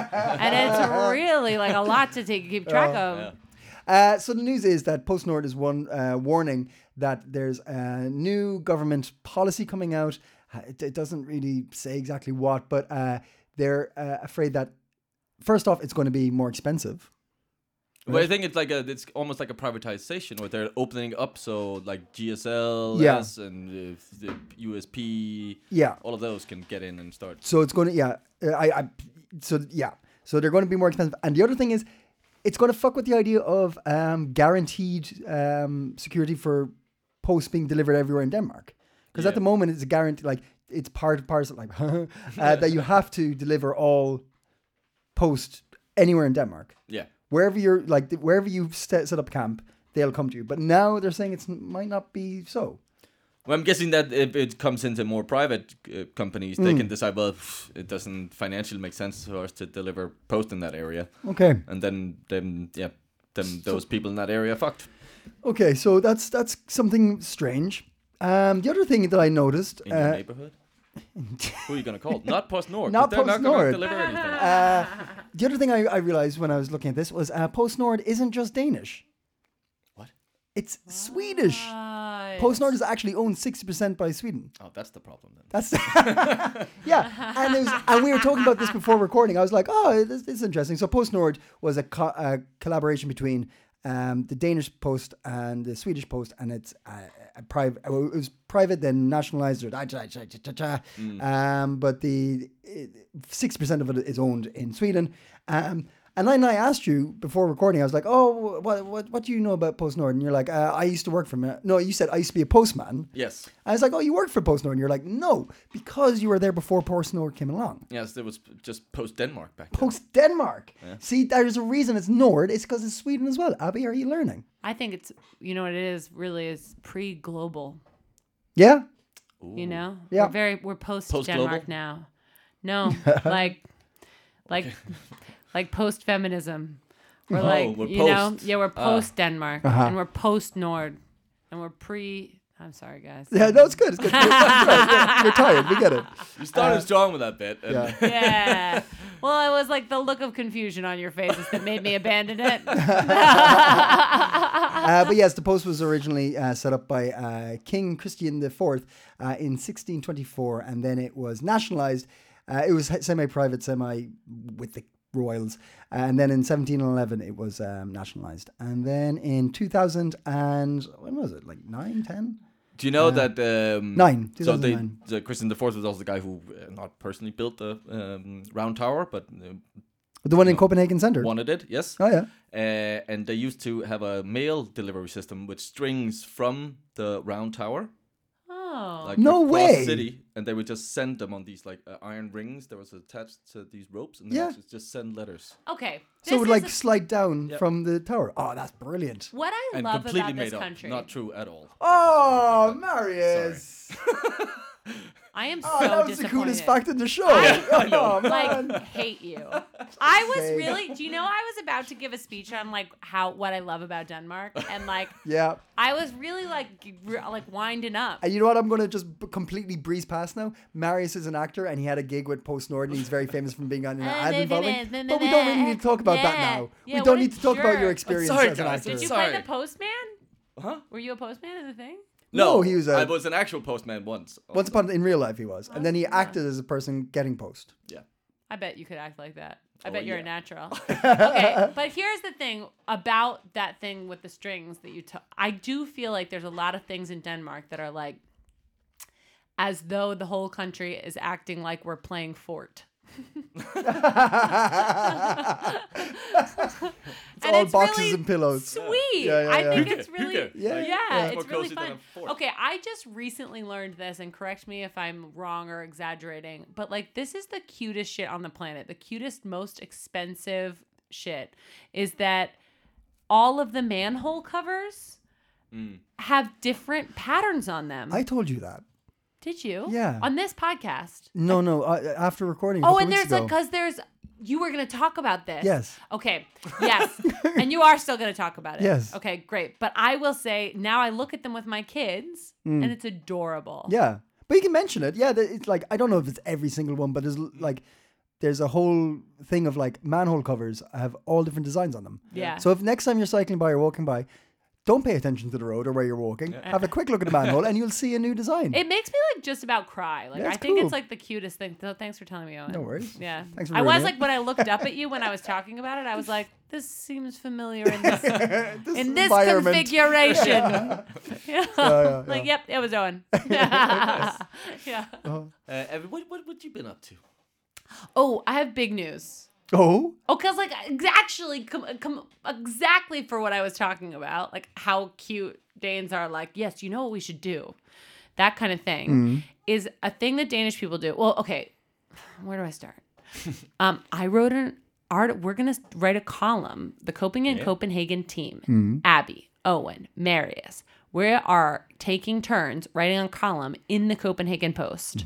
Speaker 3: and it's really like a lot to take keep
Speaker 2: Oh,
Speaker 3: track of.
Speaker 1: Uh, so the news is that PostNord is one uh, warning that there's a new government policy coming out. Uh, It, it doesn't really say exactly what, but uh, they're uh, afraid that first off, it's going to be more expensive.
Speaker 2: Well, I think it's like a, it's almost like a privatization where they're opening up. So like GSL,
Speaker 1: Yeah.
Speaker 2: S and uh, the USP,
Speaker 1: Yeah.
Speaker 2: all of those can get in and start.
Speaker 1: So it's going to yeah. uh, I, I so yeah. So they're going to be more expensive. And the other thing is, It's going to fuck with the idea of um, guaranteed um, security for posts being delivered everywhere in Denmark. Because at
Speaker 2: Yeah.
Speaker 1: the moment, it's a guarantee, like, it's part and parcel, like, uh, that you have to deliver all post anywhere in Denmark.
Speaker 2: Yeah.
Speaker 1: Wherever you're, like, wherever you've set, set up camp, they'll come to you. But now they're saying it might not be so.
Speaker 2: Well, I'm guessing that if it comes into more private uh, companies, they
Speaker 1: Hmm.
Speaker 2: can decide, well, pff, it doesn't financially make sense for us to deliver post in that area.
Speaker 1: Okay.
Speaker 2: And then, then yeah, then those people in that area are fucked.
Speaker 1: Okay, so that's that's something strange. Um, the other thing that I noticed,
Speaker 2: in your
Speaker 1: uh,
Speaker 2: neighborhood? Who are you gonna call? Not Post Nord.
Speaker 1: Not
Speaker 2: 'cause they're
Speaker 1: Post
Speaker 2: not gonna
Speaker 1: Nord.
Speaker 2: deliver anything.
Speaker 1: uh, the other thing I, I realized when I was looking at this was uh, PostNord isn't just Danish;
Speaker 2: what?
Speaker 1: it's Swedish.
Speaker 3: Right.
Speaker 1: PostNord is actually owned sixty percent by Sweden.
Speaker 2: Oh, that's the problem then.
Speaker 1: That's yeah, and it was, and we were talking about this before recording. I was like, oh, this, this is interesting. So PostNord was a, co- a collaboration between um, the Danish Post and the Swedish Post, and it's uh, a private. It was private, then nationalized. Or da, da, da, da, da, da. Um, but the six percent of it is owned in Sweden. Um, and then I asked you before recording. I was like, "Oh, what, what, what do you know about PostNord?" And you're like, uh, "I used to work for." Ma-" No, you said I used to be a postman.
Speaker 2: Yes.
Speaker 1: I was like, oh, you worked for PostNord. And you're like, no, because you were there before PostNord came along.
Speaker 2: Yes, there was just Post Denmark back then.
Speaker 1: Post Denmark. See, there's a reason it's Nord. It's because it's Sweden as well. Abby, are you learning?
Speaker 3: I think it's you know what it is really is pre global.
Speaker 1: Yeah.
Speaker 3: You know,
Speaker 1: Yeah.
Speaker 3: we're very we're post
Speaker 2: Post-global?
Speaker 3: Denmark now. No, like like like post feminism. We're like
Speaker 2: Oh, we're
Speaker 3: you know
Speaker 2: post. Ah.
Speaker 3: yeah we're post Denmark and we're post Nord and we're pre. I'm sorry guys.
Speaker 1: Yeah, no, it's good. It's good. You're, you're- you're tired. We get it.
Speaker 2: You started strong with that bit. and-
Speaker 1: uh, Yeah.
Speaker 3: Yeah. Well, it was like the look of confusion on your faces that made me abandon it.
Speaker 1: Uh, but yes, the post was originally uh, set up by uh, King Christian IV uh, in 1624, and then it was nationalized. Uh, it was semi-private, semi with the royals, and then in 1711 it was um, nationalized, and then in 2000 and when was it? Like nine, ten?
Speaker 2: Do you know that um,
Speaker 1: Nine,
Speaker 2: So they,
Speaker 1: 2009.
Speaker 2: the Christian IV was also the guy who, uh, not personally built the um, round tower, but uh,
Speaker 1: The one in Copenhagen Center.
Speaker 2: wanted it. Yes.
Speaker 1: Oh yeah.
Speaker 2: Uh, and they used to have a mail delivery system with strings from the round tower,
Speaker 3: Oh.
Speaker 2: like
Speaker 1: No
Speaker 2: across
Speaker 1: way.
Speaker 2: city, and they would just send them on these like uh, iron rings that was attached to these ropes, and they
Speaker 1: Yeah.
Speaker 2: would just- just send letters.
Speaker 3: okay.
Speaker 1: So it
Speaker 3: this
Speaker 1: would
Speaker 3: is
Speaker 1: like
Speaker 3: a-
Speaker 1: slide down
Speaker 2: Yep.
Speaker 1: from the tower. Oh, that's brilliant.
Speaker 3: what I
Speaker 2: and
Speaker 3: love
Speaker 2: completely
Speaker 3: about
Speaker 2: made
Speaker 3: this
Speaker 2: up,
Speaker 3: country.
Speaker 2: not true at all.
Speaker 1: Oh, Marius.
Speaker 3: I am so
Speaker 1: Oh, that was the
Speaker 3: disappointed.
Speaker 1: coolest fact in the show. Oh, man.
Speaker 3: like hate you. I was
Speaker 1: Same.
Speaker 3: really. Do you know I was about to give a speech on like how what I love about Denmark and like
Speaker 1: yeah.
Speaker 3: I was really like g- re- like winding up.
Speaker 1: And Uh, you know what? I'm going to just b- completely breeze past now. Marius is an actor and he had a gig with Post Nord and he's very famous from being on an
Speaker 3: Uh,
Speaker 1: ad
Speaker 3: they've been
Speaker 1: involving.
Speaker 3: in- been
Speaker 1: But we
Speaker 3: in
Speaker 1: don't really
Speaker 3: there.
Speaker 1: need to talk about that
Speaker 3: Yeah.
Speaker 1: now.
Speaker 3: Yeah,
Speaker 1: we don't
Speaker 3: what a
Speaker 1: need to talk about your
Speaker 3: jerk.
Speaker 1: experience
Speaker 2: sorry,
Speaker 1: as an
Speaker 2: guys.
Speaker 1: actor.
Speaker 3: Did you
Speaker 2: Sorry.
Speaker 3: play the postman?
Speaker 2: Huh?
Speaker 3: Were you a postman in the thing?
Speaker 1: No, he was a-
Speaker 2: I was an actual postman once. Oh,
Speaker 1: Once
Speaker 2: also.
Speaker 1: upon in real life, he was. And then he acted as a person getting post.
Speaker 2: yeah.
Speaker 3: I bet you could act like that. I
Speaker 2: Oh,
Speaker 3: bet you're a
Speaker 2: yeah.
Speaker 3: natural. okay, but here's the thing about that thing with the strings that you took. I do feel like there's a lot of things in Denmark that are like as though the whole country is acting like we're playing fort.
Speaker 1: It's all boxes and pillows.
Speaker 3: Sweet.
Speaker 1: Yeah, yeah,
Speaker 3: I
Speaker 1: yeah.
Speaker 3: think
Speaker 2: Hygge,
Speaker 3: it's really
Speaker 2: hygge.
Speaker 1: Yeah,
Speaker 3: yeah,
Speaker 1: yeah, yeah.
Speaker 2: More
Speaker 3: it's really
Speaker 2: cozy than
Speaker 3: fun.
Speaker 2: a fork.
Speaker 3: Okay, I just recently learned this and correct me if I'm wrong or exaggerating, but like this is the cutest shit on the planet. The cutest most expensive shit is that all of the manhole covers
Speaker 1: Mm.
Speaker 3: have different patterns on them.
Speaker 1: I told you that.
Speaker 3: Did you?
Speaker 1: Yeah.
Speaker 3: On this podcast.
Speaker 1: No, no. Uh, after recording. a
Speaker 3: Oh,
Speaker 1: couple
Speaker 3: and
Speaker 1: weeks
Speaker 3: there's like
Speaker 1: ago.
Speaker 3: because there's you were gonna talk about this.
Speaker 1: Yes.
Speaker 3: Okay. Yes. and you are still gonna talk about it.
Speaker 1: Yes.
Speaker 3: Okay, great. But I will say now I look at them with my kids and it's adorable.
Speaker 1: Mm. Yeah, but you can mention it. Yeah, th- it's like I don't know if it's every single one, but there's l- like there's a whole thing of like manhole covers have all different designs on them.
Speaker 3: Yeah.
Speaker 1: So if next time you're cycling by or walking by, don't pay attention to the road or where you're walking. Have a quick look at the manhole, and you'll see a new design.
Speaker 3: It makes me like just about cry. Like
Speaker 1: That's
Speaker 3: I think
Speaker 1: cool.
Speaker 3: it's like the cutest thing. So thanks for telling me, Owen.
Speaker 1: No worries.
Speaker 3: Yeah.
Speaker 1: Thanks for
Speaker 3: I was
Speaker 1: ruining it.
Speaker 3: like when I looked up at you when I was talking about it, I was like, this seems familiar in this in this
Speaker 1: environment.
Speaker 3: configuration. Yeah.
Speaker 1: yeah,
Speaker 3: Like,
Speaker 1: yeah.
Speaker 3: yep, it was Owen. yeah.
Speaker 2: Uh, Evan, what, what what you been up to?
Speaker 3: Oh, I have big news.
Speaker 1: Oh,
Speaker 3: Oh, because like ex- actually, come com, exactly for what I was talking about, like how cute Danes are. Like, yes, you know what we should do, that kind of thing is a thing that Danish people do. Well, okay, where do I start? um, I wrote an art. We're gonna write a column. The Copenhagen
Speaker 2: Yeah.
Speaker 3: Copenhagen team, Abby, Owen, Marius. We are taking turns writing a column in the Copenhagen Post,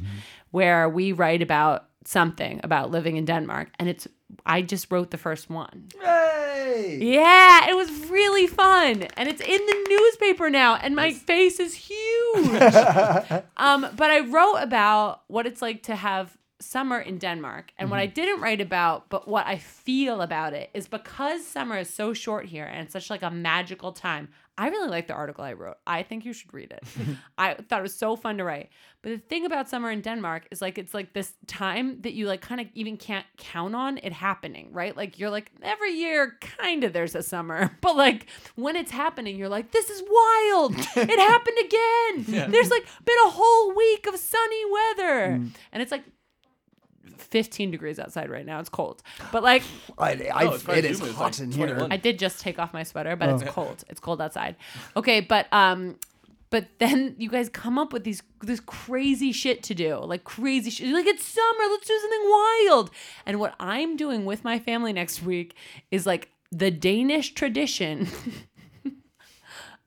Speaker 3: where we write about something about living in Denmark, and it's. I just wrote the first one.
Speaker 1: hey!
Speaker 3: Yeah, it was really fun. And it's in the newspaper now, and my face is huge. um, but I wrote about what it's like to have summer in Denmark. And what I didn't write about, but what I feel about it is because summer is so short here and it's such like a magical time. I really like the article I wrote. I think you should read it. I thought it was so fun to write. But the thing about summer in Denmark is like it's like this time that you like kind of even can't count on it happening, right? Like you're like every year kind of there's a summer, but like when it's happening you're like this is wild. it happened again.
Speaker 2: Yeah.
Speaker 3: There's like been a whole week of sunny weather. And it's like 15 degrees outside right now. It's cold. But like
Speaker 1: I, I,
Speaker 2: No, Oh, it's quite
Speaker 1: it is
Speaker 2: humid. It's
Speaker 1: hot
Speaker 2: like
Speaker 1: in here.
Speaker 2: 21.
Speaker 3: I did just take off my sweater, but it's cold. It's cold outside. Okay, but um but then you guys come up with these this crazy shit to do. Like crazy shit. You're Like it's summer, let's do something wild. And what I'm doing with my family next week is like the Danish tradition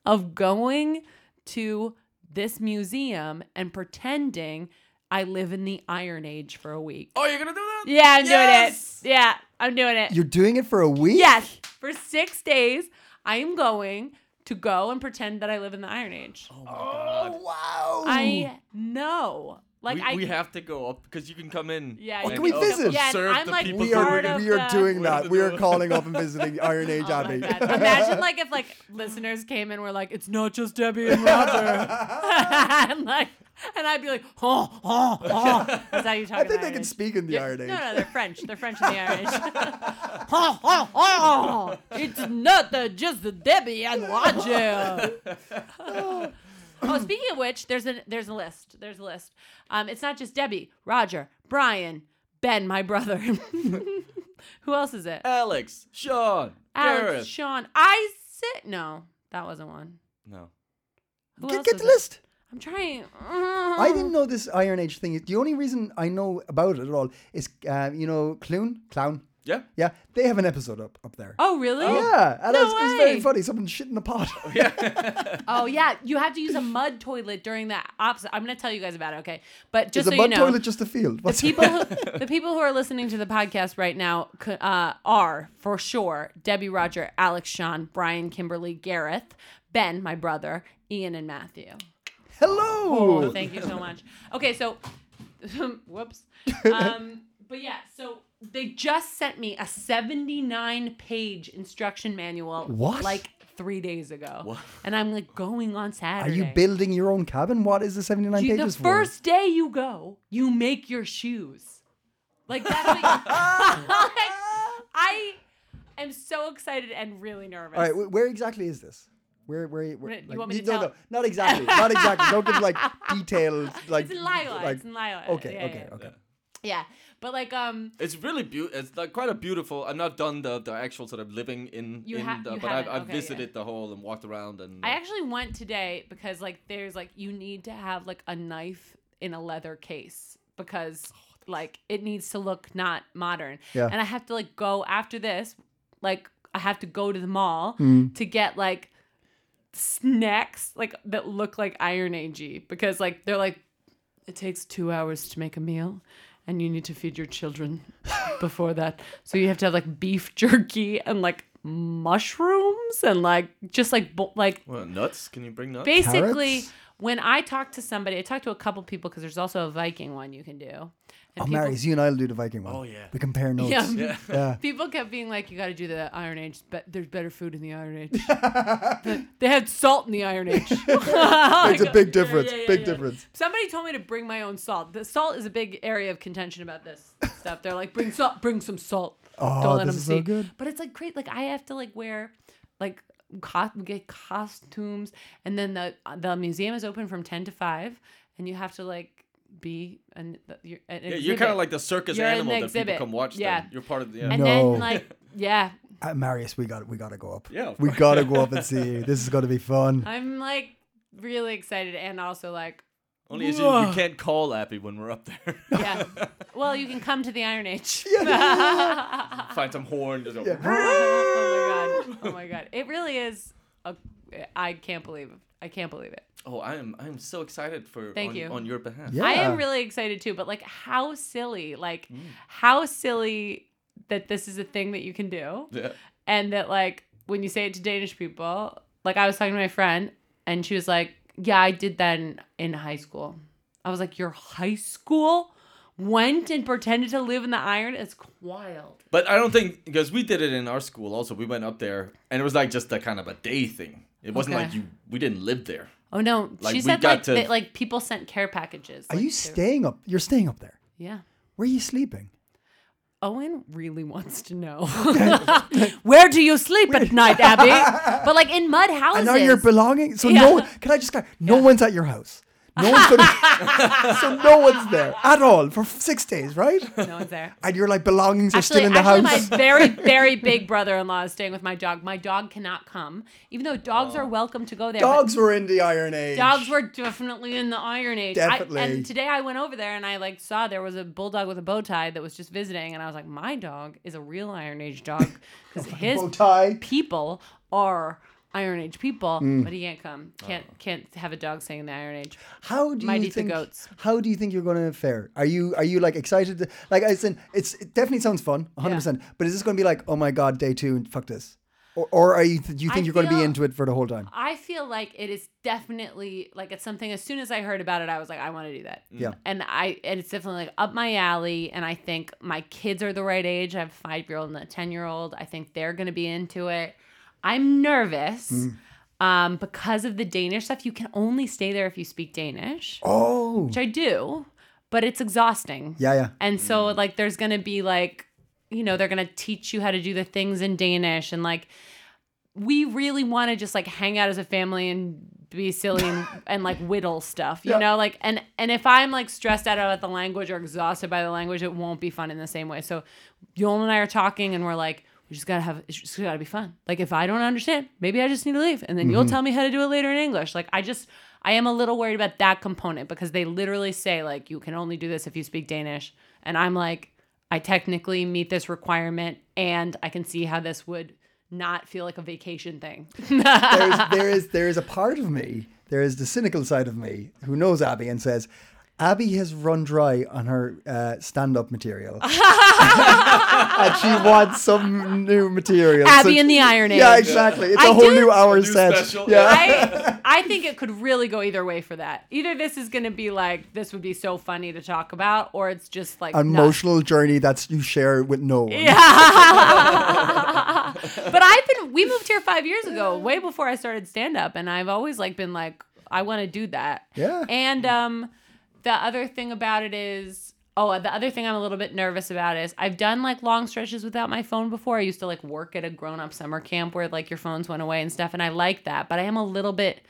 Speaker 3: of going to this museum and pretending I live in the Iron Age for a week.
Speaker 2: Oh, you're gonna do that?
Speaker 3: Yeah, I'm
Speaker 2: Yes!
Speaker 3: doing it. Yeah, I'm doing it.
Speaker 1: You're doing it for a week?
Speaker 3: Yes, for six days, I am going to go and pretend that I live in the Iron Age.
Speaker 2: Oh my god.
Speaker 1: Wow.
Speaker 3: I know. Like
Speaker 2: we,
Speaker 3: I.
Speaker 2: we have to go up because you can come in.
Speaker 3: yeah.
Speaker 1: Oh,
Speaker 3: yeah.
Speaker 1: can we
Speaker 3: yeah.
Speaker 1: visit?
Speaker 3: Yeah, and
Speaker 2: Observe
Speaker 3: I'm
Speaker 2: the
Speaker 3: like
Speaker 2: people
Speaker 1: we
Speaker 2: that
Speaker 3: part
Speaker 1: are
Speaker 3: of
Speaker 1: we are
Speaker 3: the-
Speaker 1: doing
Speaker 2: What
Speaker 1: that.
Speaker 2: to
Speaker 1: We are
Speaker 2: do.
Speaker 1: calling up and visiting the Iron Age
Speaker 3: Oh my
Speaker 1: Abbey.
Speaker 3: God. Imagine like if like listeners came in were like, it's not just Debbie and Roger. and like and I'd be like, oh, oh, oh. Is that you talking
Speaker 1: I think they
Speaker 3: Iron
Speaker 1: can
Speaker 3: Age?
Speaker 1: speak in the
Speaker 3: Yeah,
Speaker 1: Iron Age.
Speaker 3: No, no, they're French. They're French in the Irish. oh, oh, oh. It's not the, just the Debbie and Roger. oh, speaking of which, there's a there's a list. There's a list. Um, it's not just Debbie, Roger, Brian, Ben, my brother. Who else is it?
Speaker 2: Alex, Sean,
Speaker 3: Alex,
Speaker 2: Gareth.
Speaker 3: Sean, Isaac. No, that wasn't one.
Speaker 2: no.
Speaker 3: Who
Speaker 1: Get,
Speaker 3: else
Speaker 1: get
Speaker 3: was
Speaker 1: the
Speaker 3: it?
Speaker 1: list.
Speaker 3: I'm trying.
Speaker 1: I didn't know this Iron Age thing. The only reason I know about it at all is, uh, you know, Clune, Clown.
Speaker 2: Yeah.
Speaker 1: Yeah, they have an episode up up there.
Speaker 3: Oh really?
Speaker 1: Yeah, and
Speaker 3: No
Speaker 1: it, was, it was very
Speaker 3: way.
Speaker 1: funny. Someone shit in a pot.
Speaker 3: Oh yeah, you have to use a mud toilet during that opposite. I'm gonna tell you guys about it, okay? But
Speaker 1: Is
Speaker 3: just
Speaker 1: a
Speaker 3: so
Speaker 1: mud
Speaker 3: you know,
Speaker 1: toilet just a field?
Speaker 3: the
Speaker 1: What's
Speaker 3: people who, the people who are listening to the podcast right now c- uh, are for sure Debbie, Roger, Alex, Sean, Brian, Kimberly, Gareth, Ben, my brother, Ian, and Matthew.
Speaker 1: Hello.
Speaker 3: Oh, thank you so much. Okay, so whoops. Um, but yeah, so they just sent me a 79 page instruction manual.
Speaker 1: What?
Speaker 3: Like three days ago. And I'm like going on
Speaker 1: Are
Speaker 3: Saturday.
Speaker 1: you building your own cabin? What is the seventy nine
Speaker 3: You-
Speaker 1: pages
Speaker 3: the
Speaker 1: for?
Speaker 3: first day you go, you make your shoes. Like that's what I am so excited and really nervous.
Speaker 1: All right, wh- where exactly is this? Where, where, where
Speaker 3: Wait, you want me to
Speaker 1: no,
Speaker 3: tell-
Speaker 1: no, not exactly, not exactly. Don't give like detailed, like,
Speaker 3: it's in Lila.
Speaker 1: like-
Speaker 3: it's in Lila.
Speaker 1: okay,
Speaker 3: Yeah,
Speaker 1: okay,
Speaker 3: yeah.
Speaker 1: okay.
Speaker 3: Yeah. But like um
Speaker 2: It's really beautiful. It's like quite a beautiful. I'm not done the, the actual sort of living in,
Speaker 3: You
Speaker 2: in
Speaker 3: ha-
Speaker 2: the,
Speaker 3: you
Speaker 2: but I've,
Speaker 3: haven't,
Speaker 2: I've
Speaker 3: okay, yeah.
Speaker 2: visited the hall and walked around and.
Speaker 3: I actually went today because like there's like you need to have like a knife in a leather case because like it needs to look not modern.
Speaker 1: Yeah.
Speaker 3: And I have to like go after this, like I have to go to the mall to get like snacks like that look like Iron Agey because like they're like it takes two hours to make a meal and you need to feed your children before that so you have to have like beef jerky and like mushrooms and like just like bo- like
Speaker 2: Well, nuts? Can you bring nuts?
Speaker 3: basically
Speaker 1: Carrots?
Speaker 3: when i talk to somebody i talk to a couple people because there's also a viking one you can do and
Speaker 1: Oh, Marius, you and I'll do the Viking one.
Speaker 2: Oh, yeah.
Speaker 1: we compare notes.
Speaker 3: Yeah.
Speaker 2: yeah.
Speaker 3: people kept being like you got to do the iron age but there's better food in the iron age they had salt in the iron age
Speaker 1: It's a big difference.
Speaker 3: oh yeah, yeah,
Speaker 1: big
Speaker 3: yeah.
Speaker 1: difference.
Speaker 3: Somebody told me to bring my own salt. The salt is a big area of contention about this stuff. They're like, bring salt, bring some salt.
Speaker 1: Oh, this
Speaker 3: 'em
Speaker 1: is so good.
Speaker 3: But it's like great. Like I have to like wear, like co- get costumes, and then the the museum is open from ten to five, and you have to like be an, th- you're an
Speaker 2: Yeah, you're
Speaker 3: exhibit.
Speaker 2: kind of like the circus
Speaker 3: You're an
Speaker 2: animal that people
Speaker 3: exhibit.
Speaker 2: come watch. Yeah.
Speaker 3: Yeah.
Speaker 2: You're part of the. Yeah.
Speaker 3: and
Speaker 1: No.
Speaker 3: then like yeah,
Speaker 1: Uh, Marius, we got we gotta go up.
Speaker 2: Yeah, of
Speaker 1: we
Speaker 2: course.
Speaker 1: gotta go up and see you. This is gonna be fun.
Speaker 3: I'm like really excited and also like
Speaker 2: Only is you, you can't call Appy when we're up there.
Speaker 3: yeah. well, you can come to the Iron Age.
Speaker 2: Find some horn. Just go,
Speaker 3: oh my god. Oh my god. It really is a, I can't believe I can't believe it.
Speaker 2: Oh, I am. I am so excited for.
Speaker 3: Thank
Speaker 2: on,
Speaker 3: you.
Speaker 2: on your behalf.
Speaker 1: Yeah.
Speaker 3: I am really excited too, but like how silly, like
Speaker 2: Mm.
Speaker 3: how silly that this is a thing that you can do.
Speaker 2: Yeah.
Speaker 3: And that like when you say it to Danish people, like I was talking to my friend and she was like, Yeah, I did that in, in high school. I was like, Your high school went and pretended to live in the iron? It's wild.
Speaker 2: But I don't think because we did it in our school. Also, we went up there, and it was like just a kind of a day thing. It wasn't
Speaker 3: Okay.
Speaker 2: like you. We didn't live there.
Speaker 3: Oh no,
Speaker 2: Like, we
Speaker 3: she said
Speaker 2: got
Speaker 3: like
Speaker 2: to-
Speaker 3: that, like people sent care packages.
Speaker 1: Are
Speaker 3: like,
Speaker 1: you
Speaker 3: they-
Speaker 1: staying up? You're staying up there.
Speaker 3: Yeah.
Speaker 1: Where are you sleeping?
Speaker 3: Owen really wants to know where do you sleep at night, Abby? But like in mud houses.
Speaker 1: And are your belongings? So
Speaker 3: Yeah.
Speaker 1: no one. Can I just? clar- No one's at your house. No one's gonna, so no one's there at all for f- six days, right?
Speaker 3: no one's there.
Speaker 1: And your like belongings are
Speaker 3: Actually,
Speaker 1: still in the
Speaker 3: actually,
Speaker 1: house.
Speaker 3: my very, very big brother-in-law is staying with my dog. My dog cannot come, even though dogs are welcome to go there. but
Speaker 1: Dogs were in the Iron Age.
Speaker 3: Dogs were definitely in the Iron Age. I-
Speaker 1: Definitely.
Speaker 3: and today I went over there and I like saw there was a bulldog with a bow tie that was just visiting, and I was like, my dog is a real Iron Age dog because his
Speaker 1: bow tie.
Speaker 3: people are Iron Age people,
Speaker 1: Mm.
Speaker 3: but he can't come.
Speaker 1: Oh.
Speaker 3: Can't can't have a dog staying in the Iron Age.
Speaker 1: How do
Speaker 3: Might
Speaker 1: you
Speaker 3: eat the
Speaker 1: think?
Speaker 3: goats.
Speaker 1: How do you think you're gonna fare? Are you are you like excited? To, like I said, it's it definitely sounds fun, 100. percent But is this gonna be like, oh my god, day two and fuck this, or, or are you? Do you think you're gonna be
Speaker 3: feel- uh,
Speaker 1: into it for the whole time?
Speaker 3: I feel like it is definitely like it's something. As soon as I heard about it, I was like, I want to do that.
Speaker 1: Yeah.
Speaker 3: And I and it's definitely like up my alley. And I think my kids are the right age. I have a five year old and a ten year old. I think they're gonna be into it. I'm nervous.
Speaker 1: Mm.
Speaker 3: Um, because of the Danish stuff, you can only stay there if you speak Danish,
Speaker 1: Oh,
Speaker 3: which I do, but it's exhausting.
Speaker 1: yeah, yeah.
Speaker 3: And so like there's going to be like you know they're going to teach you how to do the things in Danish and like we really want to just like hang out as a family and be silly and, and like whittle stuff you
Speaker 1: Yeah.
Speaker 3: know like and and if i'm like stressed out about the language or exhausted by the language it won't be fun in the same way so Yoel and i are talking and we're like we just gotta have it's just gotta be fun like if i don't understand maybe i just need to leave and then you'll tell me how to do it later in english like i just i am a little worried about that component because they literally say like you can only do this if you speak danish and i'm like I technically meet this requirement and I can see how this would not feel like a vacation thing.
Speaker 1: there is there is there is a part of me, there is the cynical side of me who knows Abby and says, Abby has run dry on her uh, stand-up material, and she wants some new material.
Speaker 3: Abby
Speaker 1: So-
Speaker 3: in the Iron Age.
Speaker 1: yeah, exactly. It's a
Speaker 3: I
Speaker 1: whole
Speaker 3: do-
Speaker 1: new hour
Speaker 2: new
Speaker 1: set.
Speaker 2: special,
Speaker 1: Yeah.
Speaker 3: I, I think it could really go either way for that. Either this is going to be like, this would be so funny to talk about, or it's just like.
Speaker 1: An
Speaker 3: not.
Speaker 1: emotional journey that's you share with no one.
Speaker 3: Yeah. but I've been, we moved here five years ago, way before I started stand up. And I've always like been like, I want to do that.
Speaker 1: Yeah.
Speaker 3: And um, the other thing about it is, oh, the other thing I'm a little bit nervous about is I've done like long stretches without my phone before. I used to like work at a grown up summer camp where like your phones went away and stuff, and I like that. But I am a little bit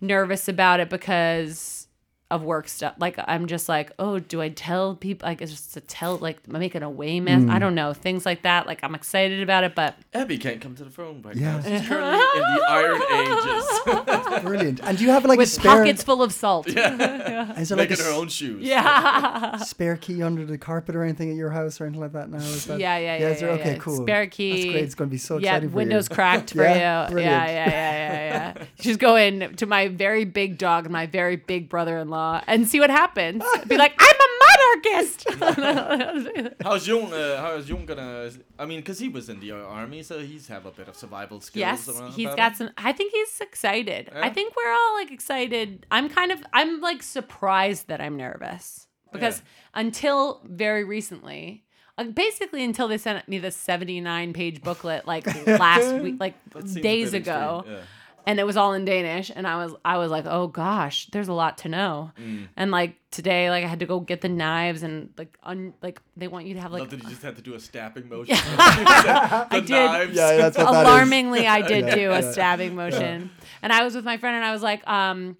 Speaker 3: nervous about it because of work stuff. Like I'm just like, oh, do I tell people? Like it's just to tell, like am I making a way mess. I don't know things like that. Like I'm excited about it, but
Speaker 2: Abby can't come to the phone right
Speaker 1: Yeah.
Speaker 2: now. She's currently in the Iron Ages,
Speaker 1: Brilliant. And do you have like a
Speaker 3: with
Speaker 1: spare?
Speaker 3: pockets full of salt.
Speaker 1: Is there like a
Speaker 2: making her
Speaker 1: s-
Speaker 2: own shoes.
Speaker 3: yeah.
Speaker 1: spare key under the carpet or anything at your house or anything like that? Now is that?
Speaker 3: Yeah, yeah, yeah.
Speaker 1: is there-
Speaker 3: yeah,
Speaker 1: okay,
Speaker 3: yeah.
Speaker 1: cool.
Speaker 3: Spare key.
Speaker 1: That's great. It's going to be so
Speaker 3: yeah,
Speaker 1: exciting for
Speaker 3: windows
Speaker 1: you.
Speaker 3: cracked for
Speaker 1: Yeah?
Speaker 3: you.
Speaker 1: Brilliant.
Speaker 3: Yeah, yeah, yeah, yeah, yeah. Just go in to my very big dog and my very big brother-in-law and see what happens. Be like, I'm a monarchist.
Speaker 2: How's Jung? Uh, how's Jung gonna? I mean, because he was in the army, so he's have a bit of survival skills.
Speaker 3: yes,
Speaker 2: around
Speaker 3: he's
Speaker 2: about
Speaker 3: got
Speaker 2: it.
Speaker 3: some. I think he's excited.
Speaker 2: Yeah.
Speaker 3: I think we're all like excited. I'm kind of. I'm like surprised that I'm nervous because until very recently. uh, Basically, until they sent me the 79 page booklet like last week, like
Speaker 2: That seems a
Speaker 3: days
Speaker 2: bit extreme,
Speaker 3: ago,
Speaker 2: yeah. Mm.
Speaker 3: and it was all in Danish and I was I was like, "Oh gosh, there's a lot to know." And like today, like I had to go get the knives and like un like they want you to have like
Speaker 2: Love that you just had to do a stabbing motion.
Speaker 3: Yeah.
Speaker 2: I
Speaker 3: did.
Speaker 1: Yeah, that's what that is.
Speaker 3: alarmingly I did
Speaker 1: Yeah,
Speaker 3: do a
Speaker 1: yeah.
Speaker 3: stabbing motion. And I was with my friend and I was like, um,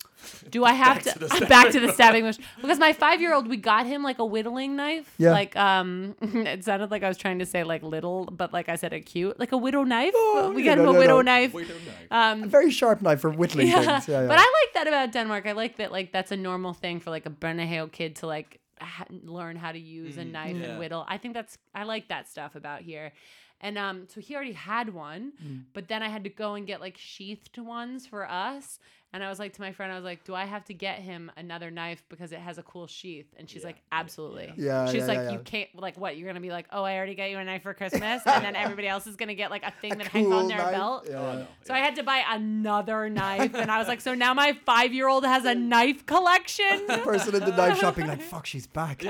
Speaker 3: do I have
Speaker 2: Back
Speaker 3: to,
Speaker 2: to the stabbing
Speaker 3: back to the stabbing motion? Because my five year old, we got him like a whittling knife.
Speaker 1: Yeah.
Speaker 3: Like um it sounded like I was trying to say like little, but like I said acute. Like a widow knife.
Speaker 1: Oh,
Speaker 3: we
Speaker 1: yeah,
Speaker 3: got him
Speaker 1: no,
Speaker 3: a
Speaker 1: no,
Speaker 3: widow
Speaker 1: no.
Speaker 3: knife.
Speaker 2: Wait, don't die.
Speaker 3: Um
Speaker 1: Very sharp knife for whittling things. Yeah, yeah.
Speaker 3: But I like that about Denmark. I like that like that's a normal thing for like a Bernaheo kid to like ha- learn how to use a
Speaker 2: Mhm.
Speaker 3: knife
Speaker 2: Yeah.
Speaker 3: and whittle. I think that's I like that stuff about here. And um so he already had one,
Speaker 1: Mm.
Speaker 3: but then I had to go and get like sheathed ones for us. And I was like to my friend, I was like, "Do I have to get him another knife because it has a cool sheath?" And she's
Speaker 2: Yeah.
Speaker 3: like, "Absolutely."
Speaker 1: Yeah,
Speaker 3: She's
Speaker 1: yeah,
Speaker 3: like,
Speaker 1: yeah,
Speaker 3: "You
Speaker 1: yeah.
Speaker 3: can't like what? You're gonna be like, oh, I already got you a knife for Christmas, and then everybody else is gonna get like a thing that hangs on
Speaker 1: Cool
Speaker 3: their
Speaker 1: knife.
Speaker 3: belt."
Speaker 1: Yeah.
Speaker 2: Oh, no.
Speaker 3: So I had to buy another knife, and I was like, so now my five year old has a knife collection.
Speaker 1: person in the knife shopping like fuck she's back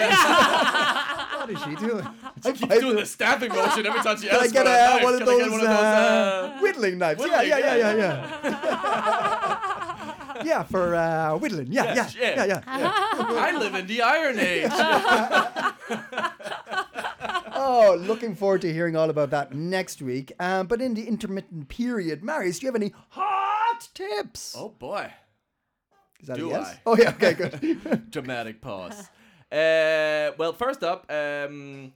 Speaker 1: what is she doing I
Speaker 2: Keep
Speaker 1: buy-
Speaker 2: doing the stabbing motion every time she
Speaker 1: can I
Speaker 2: asks
Speaker 1: get
Speaker 2: for a
Speaker 1: a,
Speaker 2: knife.
Speaker 1: one, of
Speaker 2: Can I
Speaker 1: those,
Speaker 2: get one of those,
Speaker 1: uh,
Speaker 2: uh,
Speaker 1: whittling knives
Speaker 2: whittling,
Speaker 1: yeah yeah yeah
Speaker 2: yeah.
Speaker 1: yeah yeah yeah for uh, whittling yeah yeah
Speaker 2: Yes,
Speaker 1: yeah yeah,
Speaker 2: yeah.
Speaker 3: Uh-huh.
Speaker 2: I live in the Iron Age.
Speaker 1: oh looking forward to hearing all about that next week um, but in the intermittent period Marius do you have any hot tips
Speaker 2: oh boy.
Speaker 1: is that a
Speaker 2: do
Speaker 1: yes
Speaker 2: I?
Speaker 1: oh yeah okay good
Speaker 2: Dramatic pause. Uh, well, first up, um,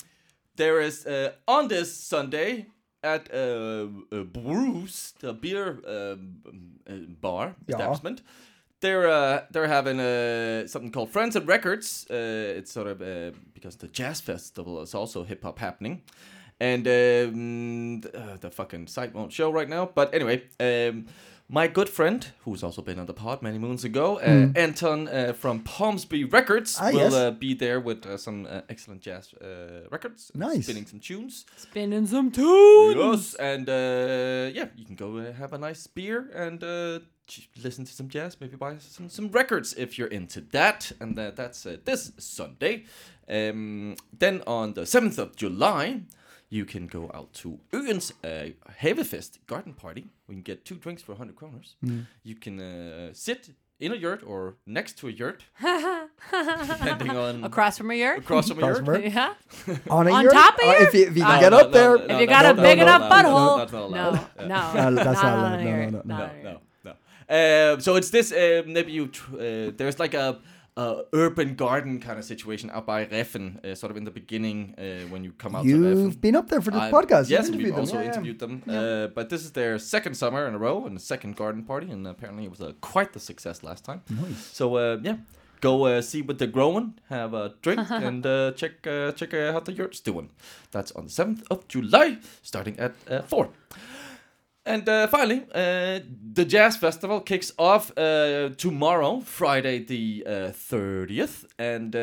Speaker 2: there is uh, on this Sunday at uh, uh, Brews, the beer um, uh, bar
Speaker 1: Yeah.
Speaker 2: establishment. They're uh, they're having uh, something called Friends and Records. Uh, it's sort of uh, because the jazz festival is also hip hop happening, and um, th- uh, the fucking site won't show right now. But anyway, um, my good friend, who's also been on the pod many moons ago, uh, Anton uh, from Palmsby Records,
Speaker 1: Hmm. Ah,
Speaker 2: will
Speaker 1: yes.
Speaker 2: uh, be there with uh, some uh, excellent jazz uh, records, and
Speaker 1: Nice.
Speaker 2: spinning some tunes.
Speaker 3: Spinning some tunes.
Speaker 2: Yes, and uh, yeah, you can go uh, have a nice beer and uh, j- listen to some jazz, maybe buy some, some records if you're into that. And uh, that's uh, this Sunday. Um, then on the 7th of July, you can go out to Øens uh, Havefest garden party. We can get two drinks for 100 kroners. You can uh, sit in a yurt or next to a yurt, depending on
Speaker 3: Across from a yurt.
Speaker 2: across from a
Speaker 1: Across
Speaker 2: yurt.
Speaker 1: from a yurt.
Speaker 3: Yeah.
Speaker 1: on, a
Speaker 3: On
Speaker 1: yurt?
Speaker 3: top of
Speaker 1: Uh,
Speaker 3: yurt?
Speaker 1: if you, if you can
Speaker 2: No,
Speaker 1: get
Speaker 2: no,
Speaker 1: up
Speaker 2: no,
Speaker 1: there
Speaker 2: no, no,
Speaker 3: If you got a
Speaker 1: no,
Speaker 3: big
Speaker 1: no,
Speaker 3: enough
Speaker 1: no,
Speaker 3: butthole.
Speaker 2: that's not
Speaker 3: no,
Speaker 2: allowed.
Speaker 3: no,
Speaker 2: Yeah.
Speaker 1: No, that's not
Speaker 3: on
Speaker 1: allowed.
Speaker 3: a
Speaker 1: No,
Speaker 3: yurt.
Speaker 1: no, no,
Speaker 3: Not
Speaker 2: no,
Speaker 3: on a
Speaker 2: no,
Speaker 3: yurt.
Speaker 2: no. Um, so it's this. Uh, maybe you tr- uh, there's like a, a urban garden kind of situation out by Reffen, uh, sort of in the beginning uh, when you come out. to Reffen.
Speaker 1: You've been up there for this
Speaker 2: I-
Speaker 1: podcast. You've
Speaker 2: Yes,
Speaker 1: interviewed
Speaker 2: we've
Speaker 1: them.
Speaker 2: also
Speaker 1: Yeah, yeah.
Speaker 2: interviewed them. Uh, but this is their second summer in a row and the second garden party, and apparently it was uh, quite the success last time. So uh, yeah, go uh, see what they're growing, have a drink, and uh, check uh, check uh, how the yurt's doing. That's on the seventh of July, starting at uh, four. And uh, finally, uh, the Jazz Festival kicks off uh, tomorrow, Friday the uh, thirtieth, and uh,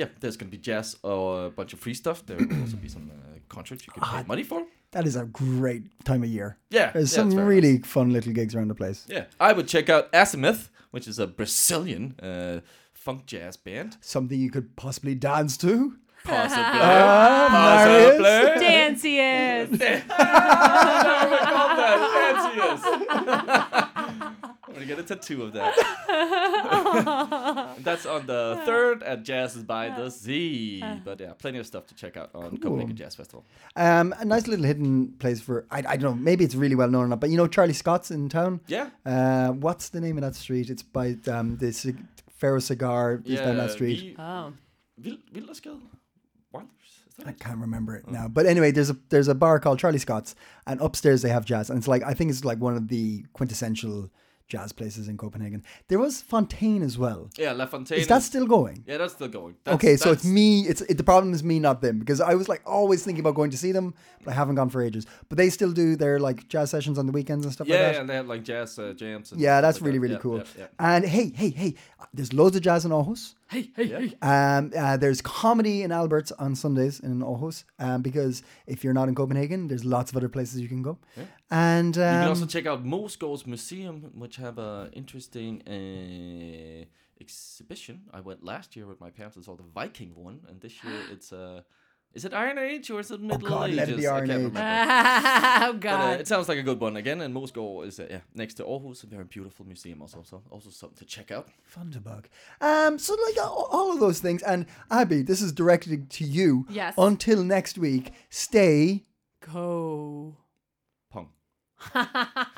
Speaker 2: yeah, there's gonna be jazz or a bunch of free stuff. There will also be some uh, concerts you can pay money for.
Speaker 1: That is a great time of year.
Speaker 2: Yeah,
Speaker 1: There's
Speaker 2: yeah,
Speaker 1: some
Speaker 2: it's very
Speaker 1: really fun little gigs around the place.
Speaker 2: Yeah, I would check out Azimuth, which is a Brazilian uh, funk jazz band.
Speaker 1: Something you could possibly dance to.
Speaker 2: Possibly.
Speaker 1: Marius.
Speaker 2: Possibly.
Speaker 3: Danciest.
Speaker 2: Love that. Fancy us. I'm gonna get a tattoo of that. And That's on the third at Jazz is by the Sea. But yeah, plenty of stuff to check out on Copenhagen Jazz Festival.
Speaker 1: Um, a nice little hidden place for, I, I don't know, maybe it's really well known or not, but you know Charlie Scott's in town?
Speaker 2: Yeah.
Speaker 1: Uh, what's the name of that street? It's by um, the cig- Pharaoh Cigar is down that street.
Speaker 2: Vi-
Speaker 3: Oh.
Speaker 2: Vil- Vilderskade? Wilders? Is that
Speaker 1: I
Speaker 2: it?
Speaker 1: can't remember it
Speaker 2: Mm.
Speaker 1: now. But anyway, there's a there's a bar called Charlie Scott's, and upstairs they have jazz, and it's like I think it's like one of the quintessential jazz places in Copenhagen. There was Fontaine as well.
Speaker 2: Yeah, La Fontaine.
Speaker 1: Is that still going?
Speaker 2: yeah, that's still going. That's,
Speaker 1: okay, so it's
Speaker 2: that's-
Speaker 1: me. It's it, the problem is me, not them, because I was like always thinking about going to see them, but I haven't gone for ages. But they still do their like jazz sessions on the weekends and stuff
Speaker 2: Yeah,
Speaker 1: like
Speaker 2: yeah,
Speaker 1: that.
Speaker 2: and they have like jazz uh, jams. And
Speaker 1: Yeah,
Speaker 2: stuff
Speaker 1: that's
Speaker 2: like
Speaker 1: really
Speaker 2: that.
Speaker 1: really
Speaker 2: Yeah,
Speaker 1: cool.
Speaker 2: yeah, yeah.
Speaker 1: And hey, hey, hey, there's loads of jazz in Aarhus.
Speaker 2: Hey, hey, hey.
Speaker 1: Um, uh, there's comedy in Alberts on Sundays in Aarhus um, because if you're not in Copenhagen, there's lots of other places you can go. And um,
Speaker 2: You can also check out Moskov's museum, which have a interesting uh, exhibition. I went last year with my parents and saw the Viking one, and this year it's a Is it Iron Age or is it Middle
Speaker 1: Oh, God,
Speaker 2: Ages?
Speaker 1: let it be Iron
Speaker 2: I can't
Speaker 1: Age.
Speaker 2: remember.
Speaker 3: oh
Speaker 2: But, uh,
Speaker 3: god.
Speaker 2: it sounds like a good one again. And Moscow is uh, yeah, next to Aarhus, a very beautiful museum also. So also something to check out.
Speaker 1: Thunderbug. Um, so like all, all of those things, and Abby, this is directed to you.
Speaker 3: Yes.
Speaker 1: Until next week, stay
Speaker 3: Go.
Speaker 2: Pong.
Speaker 3: Ha ha ha.